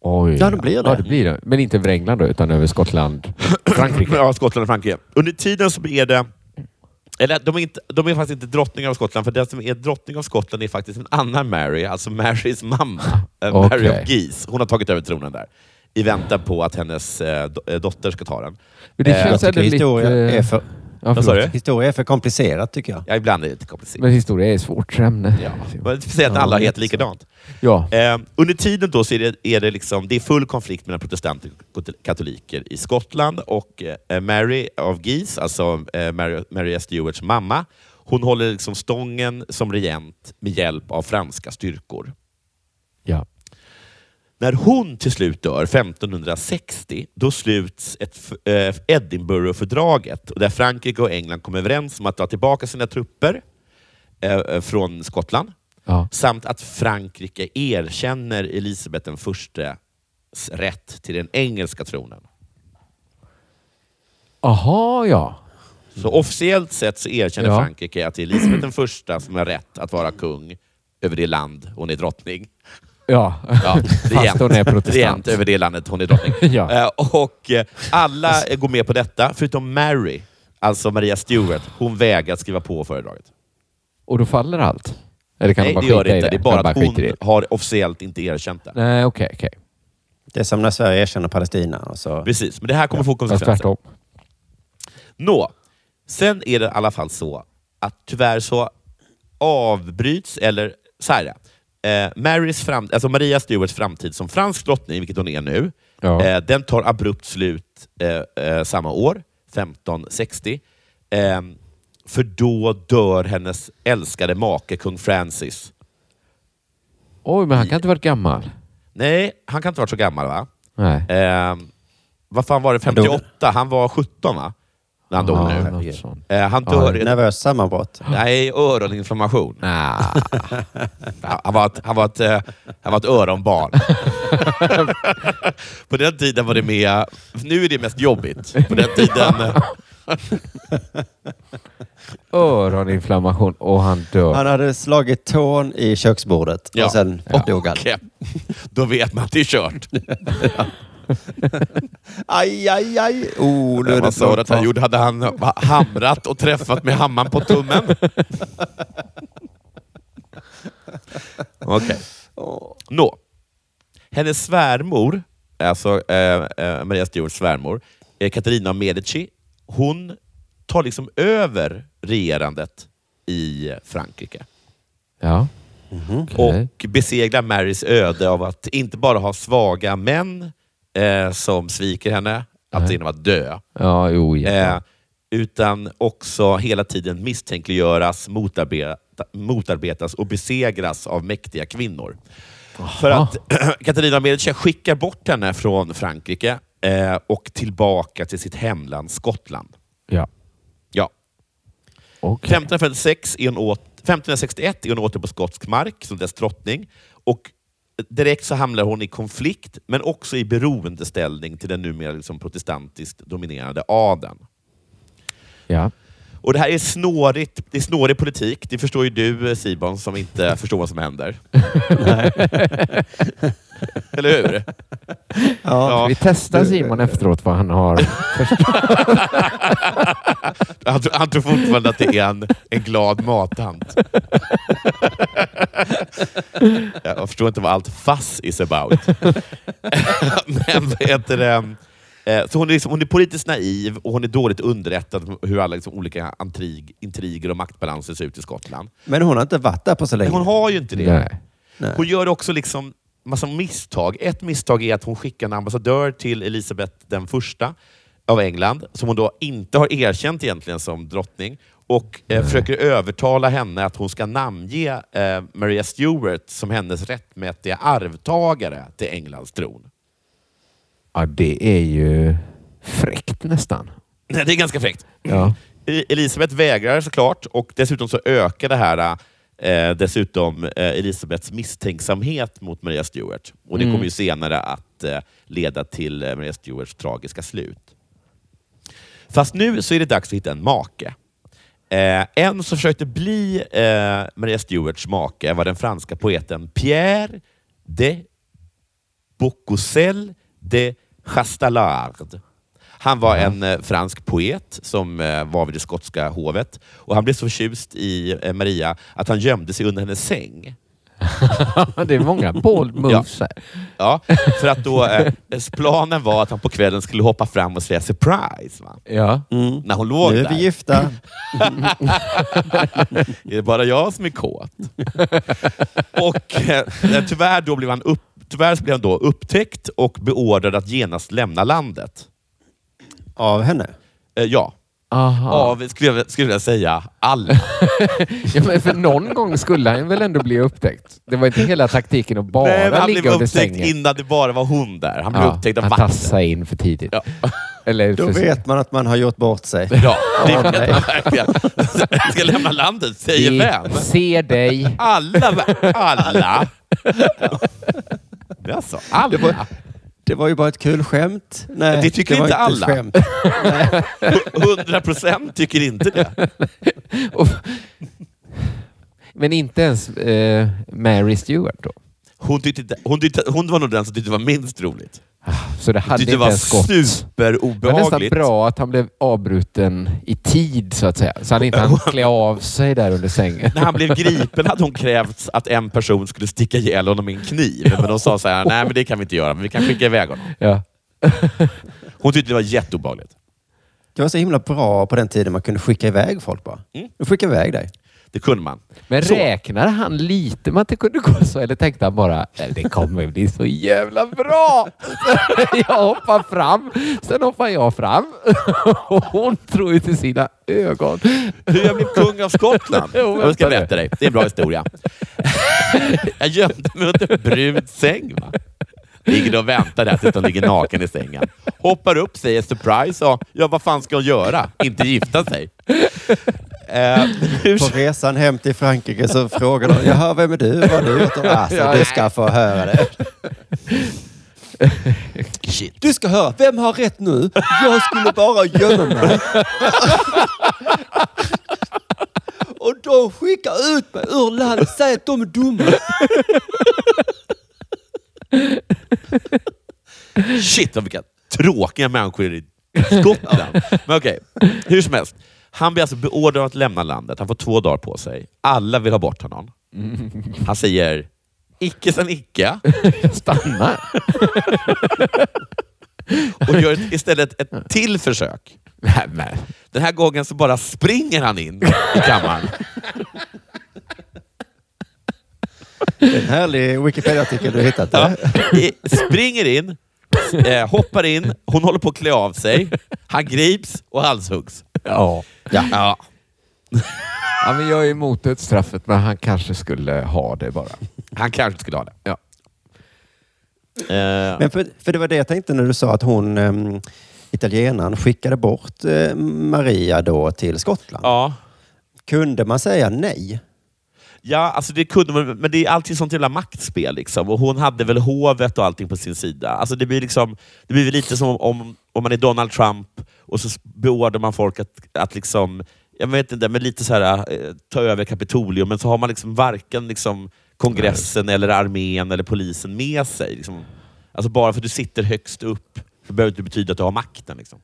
S4: Oj.
S1: Ja, det blir det.
S4: Ja, det blir det. Men inte över England då, utan över Skottland, Frankrike.
S3: Ja, Skottland och Frankrike. Under tiden så är det... Eller de är, inte, de är faktiskt inte drottningar av Skottland, för den som är drottning av Skottland är faktiskt en annan Mary, alltså Marys mamma. eh, Mary
S4: Okej.
S3: of Geese. Hon har tagit över tronen där i väntan på att hennes eh, do- eh, dotter ska ta den.
S4: Men det
S1: Jag
S4: känns
S3: Eh,
S1: tycker
S4: ändå lite... eh,
S1: historia är för
S4: Ja,
S3: Vad sa
S4: förlåt.
S3: du?
S1: Historia är för komplicerat tycker jag.
S3: Ja, ibland är det lite komplicerat.
S4: Men historia är ett svårt ämne.
S3: Ja. Men Speciellt när alla heter likadant.
S4: Ja.
S3: Eh, under tiden då så är det, är det, liksom, det är full konflikt mellan protestanter och katoliker i Skottland. Och eh, Mary av Guise, alltså eh, Mary, Mary Stewarts mamma, hon håller liksom stången som regent med hjälp av franska styrkor.
S4: ja.
S3: När hon till slut dör 1560, då sluts ett, f- eh, Edinburghfördraget där Frankrike och England kom överens om att dra tillbaka sina trupper eh, eh, från Skottland
S4: ja.
S3: samt att Frankrike erkänner Elisabeth den förstes rätt till den engelska tronen.
S4: Aha, ja.
S3: Så officiellt sett så erkänner
S4: Mm. Ja.
S3: Frankrike att det är Elisabeth den första som har rätt att vara kung över det land hon är drottning.
S4: Ja.
S3: Ja,
S4: Fast hon är protestant.
S3: regent över det landet hon är drottning.
S4: Ja.
S3: Eh, Och eh, alla eh, går med på detta, förutom Mary, alltså Maria Stuart. Hon vägrar skriva på fördraget.
S4: Och då faller allt? Eller kan
S3: Nej,
S4: de bara
S3: det gör
S4: skita
S3: det
S4: i
S3: inte. Det är bara
S4: De
S3: att
S4: skiter i
S3: hon
S4: det.
S3: har officiellt inte erkänt det.
S4: Nej, okej, okej.
S1: Det är som när Sverige erkänner Palestina. Och så.
S3: Precis, men det här kommer få
S4: Fast
S3: konsekvenser.
S4: tvärtom.
S3: Nå, sen är det i alla fall så att tyvärr så avbryts, eller så här, eh, Marys fram, alltså Maria Stuarts framtid som fransk drottning, vilket hon är nu,
S4: Ja.
S3: eh, den tar abrupt slut eh, eh, samma år, 1560. Eh, för då dör hennes älskade make, kung Francis.
S4: Oj, men han kan inte varit gammal.
S3: Nej, han kan inte ha varit så gammal va?
S4: Nej.
S3: Eh, vad fan var det, 58? Han var 17 va? När han dog
S4: Ja,
S3: nu.
S4: Ah, något sånt.
S3: Eh, han
S4: Ja,
S3: dör
S1: Nervöst sammanbrott.
S3: Nej, öroninflammation.
S4: Ah,
S3: Ja, Han var ett, han var ett, eh, han var ett öronbarn. på den tiden var det mer... Nu är det mest jobbigt. På den tiden... eh,
S4: öroninflammation och han dör.
S1: Han hade slagit tån i köksbordet
S3: Ja.
S1: och sen dog han.
S3: okej. Då vet man att det är kört.
S1: Aj, aj, aj. Oh, nu är
S3: Man
S1: det
S3: sa
S1: så
S3: att han gjorde, hade han hamrat och träffat med hammaren på tummen. Okej. Nå. Hennes svärmor, alltså eh, eh, Maria Stuarts svärmor, eh, Katarina av Medici, hon tar liksom över regerandet i Frankrike.
S4: Ja.
S3: Mhm.
S4: Okej.
S3: Och besegrar Marys öde av att inte bara ha svaga män eh, som sviker henne, att genom att dö.
S4: Ja, jo, jättebra.
S3: Eh, utan också hela tiden misstänkliggöras, motarbeta, motarbetas och besegras av mäktiga kvinnor. För att Katarina Medici skickar bort henne från Frankrike eh, och tillbaka till sitt hemland Skottland.
S4: Ja.
S3: Ja.
S4: Okej.
S3: 1556 är hon åt, 1561 är hon åter på skotsk mark som dess drottning. Och direkt så hamnar hon i konflikt, men också i beroendeställning till den numera liksom protestantiskt dominerade adeln.
S4: Ja.
S3: Och det här är snårigt. Det är snårig politik. Det förstår ju du Sibon som inte förstår vad som händer. Eller hur? Ja.
S4: Vi testar Simon efteråt vad han har.
S3: Han, tror- han tror fortfarande att det är en, en glad mattant. Jag förstår inte vad allt fuss is about. Men vad heter det? Eh, Så hon, är liksom, hon är politiskt naiv och hon är dåligt underrättad om hur alla liksom olika intrig, intriger och maktbalanser ser ut i Skottland.
S1: Men hon har inte varit där på så länge.
S3: Men hon har ju inte det.
S4: Nej.
S3: Hon gör också liksom massa misstag. Ett misstag är att hon skickar en ambassadör till Elisabeth den första av England, som hon då inte har erkänt egentligen som drottning, och eh, försöker övertala henne att hon ska namnge eh, Maria Stuart som hennes rättmätiga arvtagare till Englands tron.
S4: Ja, det är ju fräckt nästan.
S3: Det är ganska fräckt.
S4: Ja.
S3: E- Elisabeth vägrar såklart och dessutom så ökar det här eh, dessutom eh, Elisabeths misstänksamhet mot Maria Stuart. Och det kommer ju senare att eh, leda till eh, Maria Stuarts tragiska slut. Fast nu så är det dags att hitta en make. Eh, en som försökte bli eh, Maria Stuarts make var den franska poeten Pierre de Bocuse de Chastelard. Han var en eh, fransk poet som eh, var vid det skotska hovet. Och han blev så förtjust i eh, Maria att han gömde sig under hennes säng.
S4: det är många bold moves här.
S3: Ja, för att då, eh, planen var att han på kvällen skulle hoppa fram och säga surprise. Va?
S4: Ja.
S3: När hon låg
S1: Mm. Nu är
S3: där.
S1: vi gifta.
S3: Är det bara jag som är kåt? och eh, tyvärr, då blev han upp, tyvärr så blev han då upptäckt och beordrad att genast lämna landet.
S1: Av henne.
S3: Eh, ja,
S4: Aha.
S3: av, skulle jag, skulle jag säga, alla.
S4: Ja, men för någon gång skulle han väl ändå bli upptäckt? Det var inte hela taktiken att bara
S3: Nej, men han blev
S4: ligga under
S3: upptäckt
S4: sängen.
S3: innan det bara var hon där. Han blev
S4: Ja,
S3: upptäckt av
S4: han
S3: vakten.
S4: tassade in för tidigt.
S3: Ja.
S4: Eller
S1: Då
S4: för
S1: vet man att man har gjort bort sig.
S3: Ja, det
S1: Ja,
S3: vet
S1: nej.
S3: man verkligen. Jag ska lämna landet, säger vem?
S4: Vi ser dig.
S3: Alla, va- alla. Ja. Alltså, alla.
S1: Det var ju bara ett kul skämt. Nej,
S3: Det tycker
S1: var
S3: inte
S1: ett
S3: alla.
S1: skämt.
S3: 100 procent tycker inte det.
S4: Och- Men inte ens eh, Mary Stewart då?
S3: Hon, tyckte, inte- hon, tyckte, hon var nog den som tyckte det var minst roligt.
S4: Så det hade
S3: tyckte
S4: inte
S3: det var
S4: ens gått. Det var nästan
S3: superobehagligt.
S4: bra att han blev avbruten i tid så att säga. Så hade inte han klä av sig där under sängen.
S3: När han blev gripen hade hon krävt att en person skulle sticka ihjäl honom med en kniv. Men de sa så här, nej men det kan vi inte göra, men vi kan skicka iväg honom.
S4: Ja.
S3: Hon tyckte det var jätteobehagligt.
S1: Det var så himla bra på den tiden man kunde skicka iväg folk bara. Du skickar iväg dig.
S3: Det kunde man.
S4: Men
S3: Så.
S4: räknade han lite med att det kunde gå så? Eller tänkte han bara, "Nej, det kommer bli så jävla bra. Jag hoppar fram, sen hoppar jag fram. Och hon tror ut i sina ögon.
S3: Hur jag blev kung av Skottland.
S4: Jo, vänta
S3: Jag ska
S4: nu.
S3: berätta dig. Det är en bra historia. Jag gömde mig under en brun säng. Va? Ligger och väntar där tills de ligger naken i sängen. Hoppar upp, säger surprise och ja, vad fan ska hon göra? Inte gifta sig. Eh, hur
S1: På resan hem till Frankrike så frågade de, jaha, vem är du? Vad har du gjort? Och, Alltså, du ska få höra det.
S3: Shit.
S1: Du ska höra, vem har rätt nu? Jag skulle bara gömma mig. Och de skickar ut mig ur landet, säger att de är dumma.
S3: Shit, vilka tråkiga människor i Skottland. Men okej, hur som helst. Han blir alltså beordrad att lämna landet. Han får två dagar på sig. Alla vill ha bort honom. Han säger icke sen icke
S4: Stanna.
S3: och gör ett- istället ett till försök. Den här gången så bara springer han in i kammaren.
S1: En härlig Wikipedia-artikel du hittat. eh.
S3: Ja.
S1: Ja.
S3: I- Springer in, eh, hoppar in, hon håller på att klä av sig. Han grips och halshuggs.
S4: Ja.
S3: Ja.
S4: ja, men jag är emot dödsstraffet, men han kanske skulle ha det bara.
S3: Han kanske skulle ha det.
S4: Ja.
S3: Eh,
S1: Men för, för det var det jag tänkte när du sa att hon, um, italienaren, skickade bort eh, Maria då till Skottland.
S3: ja.
S1: Kunde man säga nej?
S3: Ja, alltså det kunde man, men det är alltid sånt jävla maktspel. Liksom. Och hon hade väl hovet och allting på sin sida. Alltså det blir liksom, det blir väl lite som om, om man är Donald Trump och så beordrar man folk att, att liksom, jag vet inte, men lite så här, eh, ta över Kapitolium, men så har man liksom varken liksom kongressen, eller armén eller polisen med sig. Liksom. Alltså bara för att du sitter högst upp så behöver det inte betyda att du har makten. Liksom.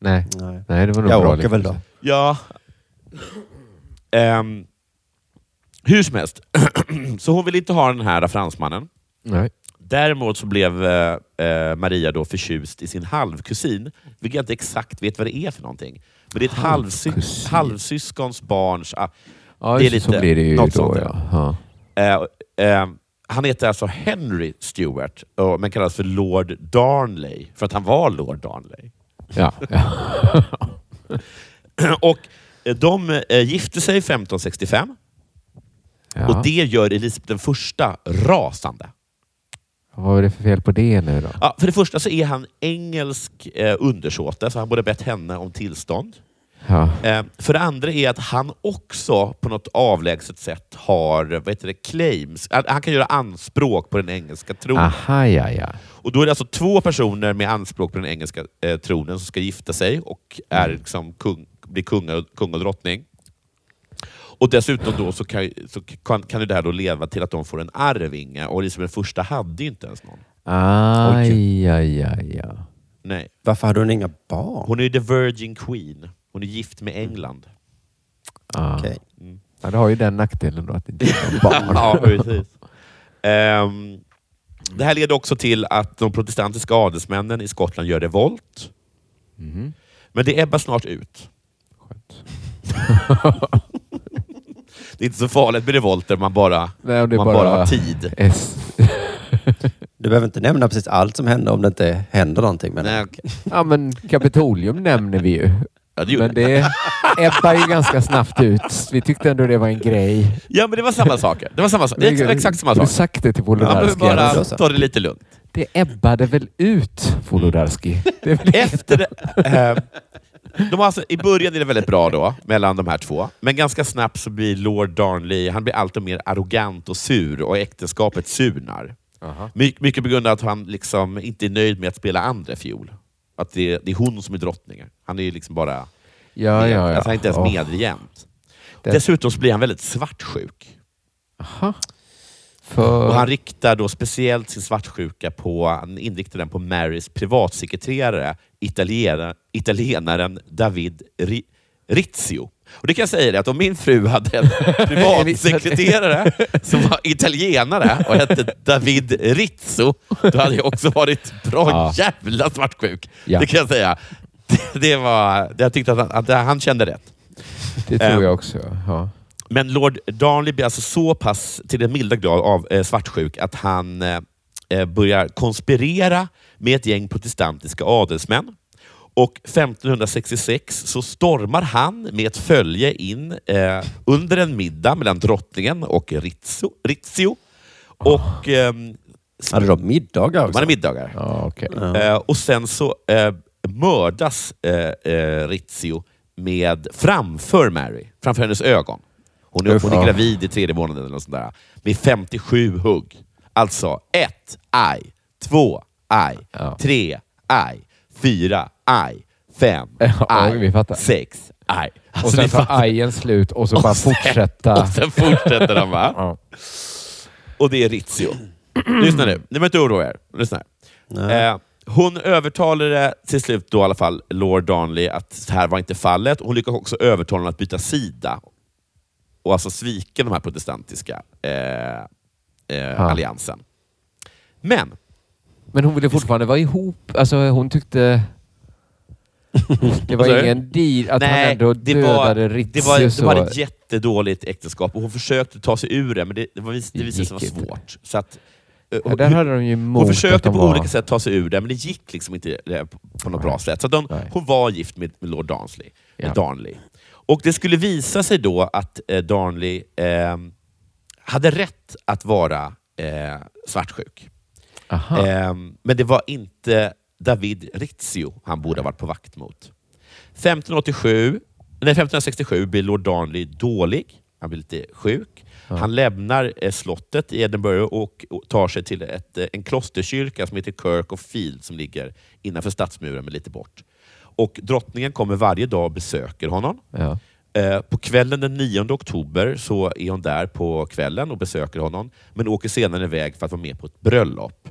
S4: Nej,
S1: Nej.
S4: Nej det var nog
S1: Jag
S4: bra.
S1: åker väl då.
S3: Ja. Ehm, hur som helst, så hon vill inte ha den här fransmannen.
S4: Nej.
S3: Däremot så blev eh, eh, Maria då förtjust i sin halvkusin, vilket jag inte exakt vet vad det är för någonting. Men det är ett halvsy-
S4: Halvkusin.
S3: halvsyskons barns... ah,
S4: Ja,
S3: det är
S4: just
S3: lite
S4: så blir det ju
S3: något
S4: då.
S3: sånt.
S4: Ja. Ja.
S3: Eh, eh, han heter alltså Henry Stewart, och- men kallas för Lord Darnley, för att han var Lord Darnley.
S4: Ja. Ja.
S3: och eh, de eh, gifte sig 1565.
S4: Ja.
S3: Och det gör Elisabeth den första rasande.
S4: Vad var det för fel på det nu då?
S3: Ja, för det första så är han engelsk eh, undersåte, så han borde ha bett henne om tillstånd.
S4: Ja.
S3: Eh, för det andra är att han också på något avlägset sätt har vad heter det, claims. Han, han kan göra anspråk på den engelska tronen.
S4: Aha, ja, ja.
S3: Och Då är det alltså två personer med anspråk på den engelska eh, tronen som ska gifta sig och är, liksom kung, blir kung och, kung och drottning. Och dessutom då så kan, så kan, kan ju det här då leda till att de får en arvinge och Elisabeth den första hade ju inte ens någon.
S4: Aj, aj, aj, ja.
S3: Nej.
S1: Varför hade hon inga barn?
S3: Hon är ju the virgin queen. Hon är gift med England.
S4: Ah.
S1: Okej.
S4: Ja, det har ju den nackdelen då att det inte är några barn.
S3: ja, precis. Ehm, det här leder också till att de protestantiska adelsmännen i Skottland gör revolt.
S4: Mhm.
S3: Men det ebbar snart ut.
S4: Skönt.
S3: Det är inte så farligt med revolter om man bara,
S4: Nej, och det är
S3: man bara...
S4: bara
S3: har tid.
S4: S.
S1: Du behöver inte nämna precis allt som händer om det inte händer någonting. Men...
S3: Nej, okej.
S4: Ja, men Kapitolium nämner vi ju.
S3: ja, det gjorde
S4: Men det ebbar ju ganska snabbt ut. Vi tyckte ändå det var en grej.
S3: Ja, men det var samma saker. Det var samma sak. Det är exakt samma
S4: Du
S3: sak.
S4: sagt det till
S3: Man behöver
S4: Wolodarski.
S3: bara
S1: alltså.
S3: ta det lite lugnt.
S4: Det ebbade väl ut, Wolodarski? Det är väl
S3: Efter det, eh, de har alltså, I början är det väldigt bra då, mellan de här två. Men ganska snabbt så blir Lord Darnley han blir alltid mer arrogant och sur och äktenskapet surnar. My, mycket på grund av att han liksom inte är nöjd med att spela andra fiol. Att det, det är hon som är drottningen. Han är ju liksom bara...
S4: Ja,
S3: med,
S4: ja, ja.
S3: Alltså, han är inte ens
S4: Åh,
S3: medregent.
S4: det-
S3: Dessutom så blir han väldigt svartsjuk.
S4: Aha. För...
S3: Och han riktar då speciellt sin svartsjuka på, han inriktar den på Marys privatsekreterare, italienaren, italienaren David Ri, Rizzio. Och det kan jag säga dig att om min fru hade en privatsekreterare som var italienare och hette David Rizzo, då hade jag också varit bra
S4: Ja.
S3: jävla svartsjuk.
S4: Ja.
S3: Det kan jag säga. Det, det var, jag tyckte att han, att han kände rätt.
S4: Det
S3: Ehm.
S4: tror jag också. Ja.
S3: Men Lord Darnley blir alltså så pass till den milda grad av eh, svartsjuk att han eh, eh, börjar konspirera med ett gäng protestantiska adelsmän. Och 1566 så stormar han med ett följe in eh, under en middag mellan drottningen och Rizzo. Rizzio. Och, ehm,
S1: Hade de middagar också?
S3: man är middagar.
S4: Ja, okej.
S3: Eh, och sen så eh, mördas eh, eh, Rizzio med, framför Mary, framför hennes ögon. Hon är,
S1: Uff.
S3: hon är
S1: Ja.
S3: gravid i tredje månaden eller något sånt där. Med 57 hugg. Alltså ett, aj. Två, aj.
S4: Ja.
S3: Tre, aj. Fyra, aj. Fem,
S4: Ja, vi
S3: aj.
S4: fattar.
S3: Sex, aj. Alltså,
S4: Och
S3: ni
S4: sen tar
S3: fattar.
S4: ajen slut och så bara
S3: sen-
S4: fortsätta.
S3: Och sen fortsätter de va?
S4: Ja.
S3: Och det är Rizzio. Lyssna nu. Ni behöver inte oroa er. Lyssna här. Eh, hon övertalade till slut då i alla fall Lord Darnley att det här var inte fallet. Hon lyckades också övertala honom att byta sida och alltså svika de här protestantiska eh, eh,
S4: Ah.
S3: alliansen. Men
S4: Men hon ville fortfarande vara ihop. Alltså hon tyckte... Det
S3: Vad sa
S4: var
S3: du?
S4: ingen deal att han ändå dödade Ritzio
S3: det var, det
S4: så.
S3: var ett jättedåligt äktenskap och hon försökte ta sig ur det, men det, det, var, det
S4: Det
S3: visade sig vara
S4: gick inte.
S3: svårt. Så att, eh,
S4: ja, där hade de ju emot
S3: Hon försökte
S4: att de
S3: på
S4: var-
S3: olika sätt ta sig ur det, men det gick liksom inte eh, på- på något bra sätt. Så de,
S4: Nej.
S3: hon var gift med, med Lord Darnley.
S4: Ja.
S3: Med Darnley. Och det skulle visa sig då att eh, Darnley eh, hade rätt att vara eh, svartsjuk.
S4: Aha.
S3: Eh, men det var inte David Rizzio han borde ha varit på vakt mot. 1587, nej, 1567 blir Lord Darnley dålig. Han blir lite sjuk. Han lämnar eh, slottet i Edinburgh och och tar sig till ett, eh, en klosterkyrka som heter Kirk of Field som ligger innanför stadsmuren, men lite bort. Och Drottningen kommer varje dag och besöker honom.
S4: Ja.
S3: Eh, På kvällen den 9 oktober så är hon där på kvällen och besöker honom, men åker senare iväg för att vara med på ett bröllop.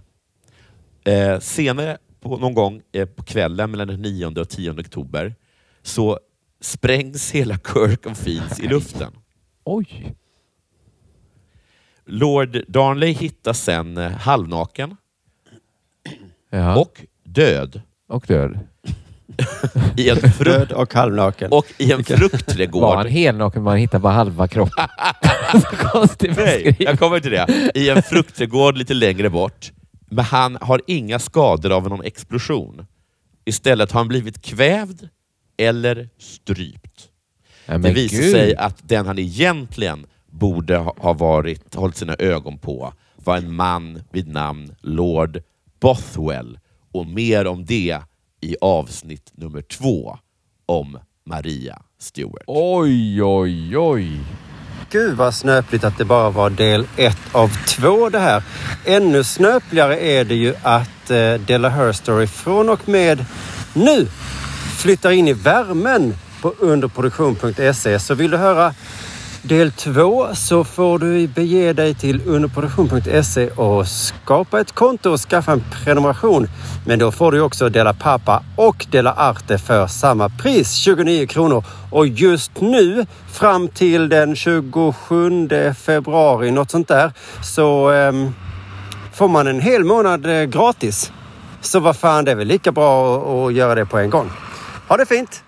S3: Eh, senare, på, någon gång eh, på kvällen mellan den 9 och 10 oktober, så sprängs hela Kirk of Fields i luften.
S4: Oj.
S3: Lord Darnley hittas sen eh, halvnaken
S4: Ja. Och,
S3: och död
S4: död.
S3: i en, frukt,
S1: Död och halvnaken.
S3: och i en
S4: Var han
S3: fruktträdgård.
S4: helnaken man hittar bara halva kroppen? så konstig
S3: Nej,
S4: beskrivning.
S3: jag kommer till det. I en fruktträdgård lite längre bort. Men han har inga skador av någon explosion. Istället har han blivit kvävd eller strypt.
S4: Nej,
S3: det
S4: men
S3: visar
S4: gud.
S3: sig att den han egentligen borde ha ha varit, hållit sina ögon på var en man vid namn Lord Bothwell. Och mer om det i avsnitt nummer två om Maria Stewart.
S4: Oj, oj, oj.
S1: Gud vad snöpligt att det bara var del ett av två det här. Ännu snöpligare är det ju att eh, Della Her Story från och med nu flyttar in i värmen på underproduktion.se. E. Så vill du höra del två så får du bege dig till underproduktion.se E och skapa ett konto och skaffa en prenumeration. Men då får du också Dela Pappa och Dela Arte för samma pris, 29 kronor. Och just nu, fram till den 27 februari, något sånt där, så ehm, Får man en hel månad eh, gratis så vad fan, det är väl lika bra att- att göra det på en gång. Ha det fint!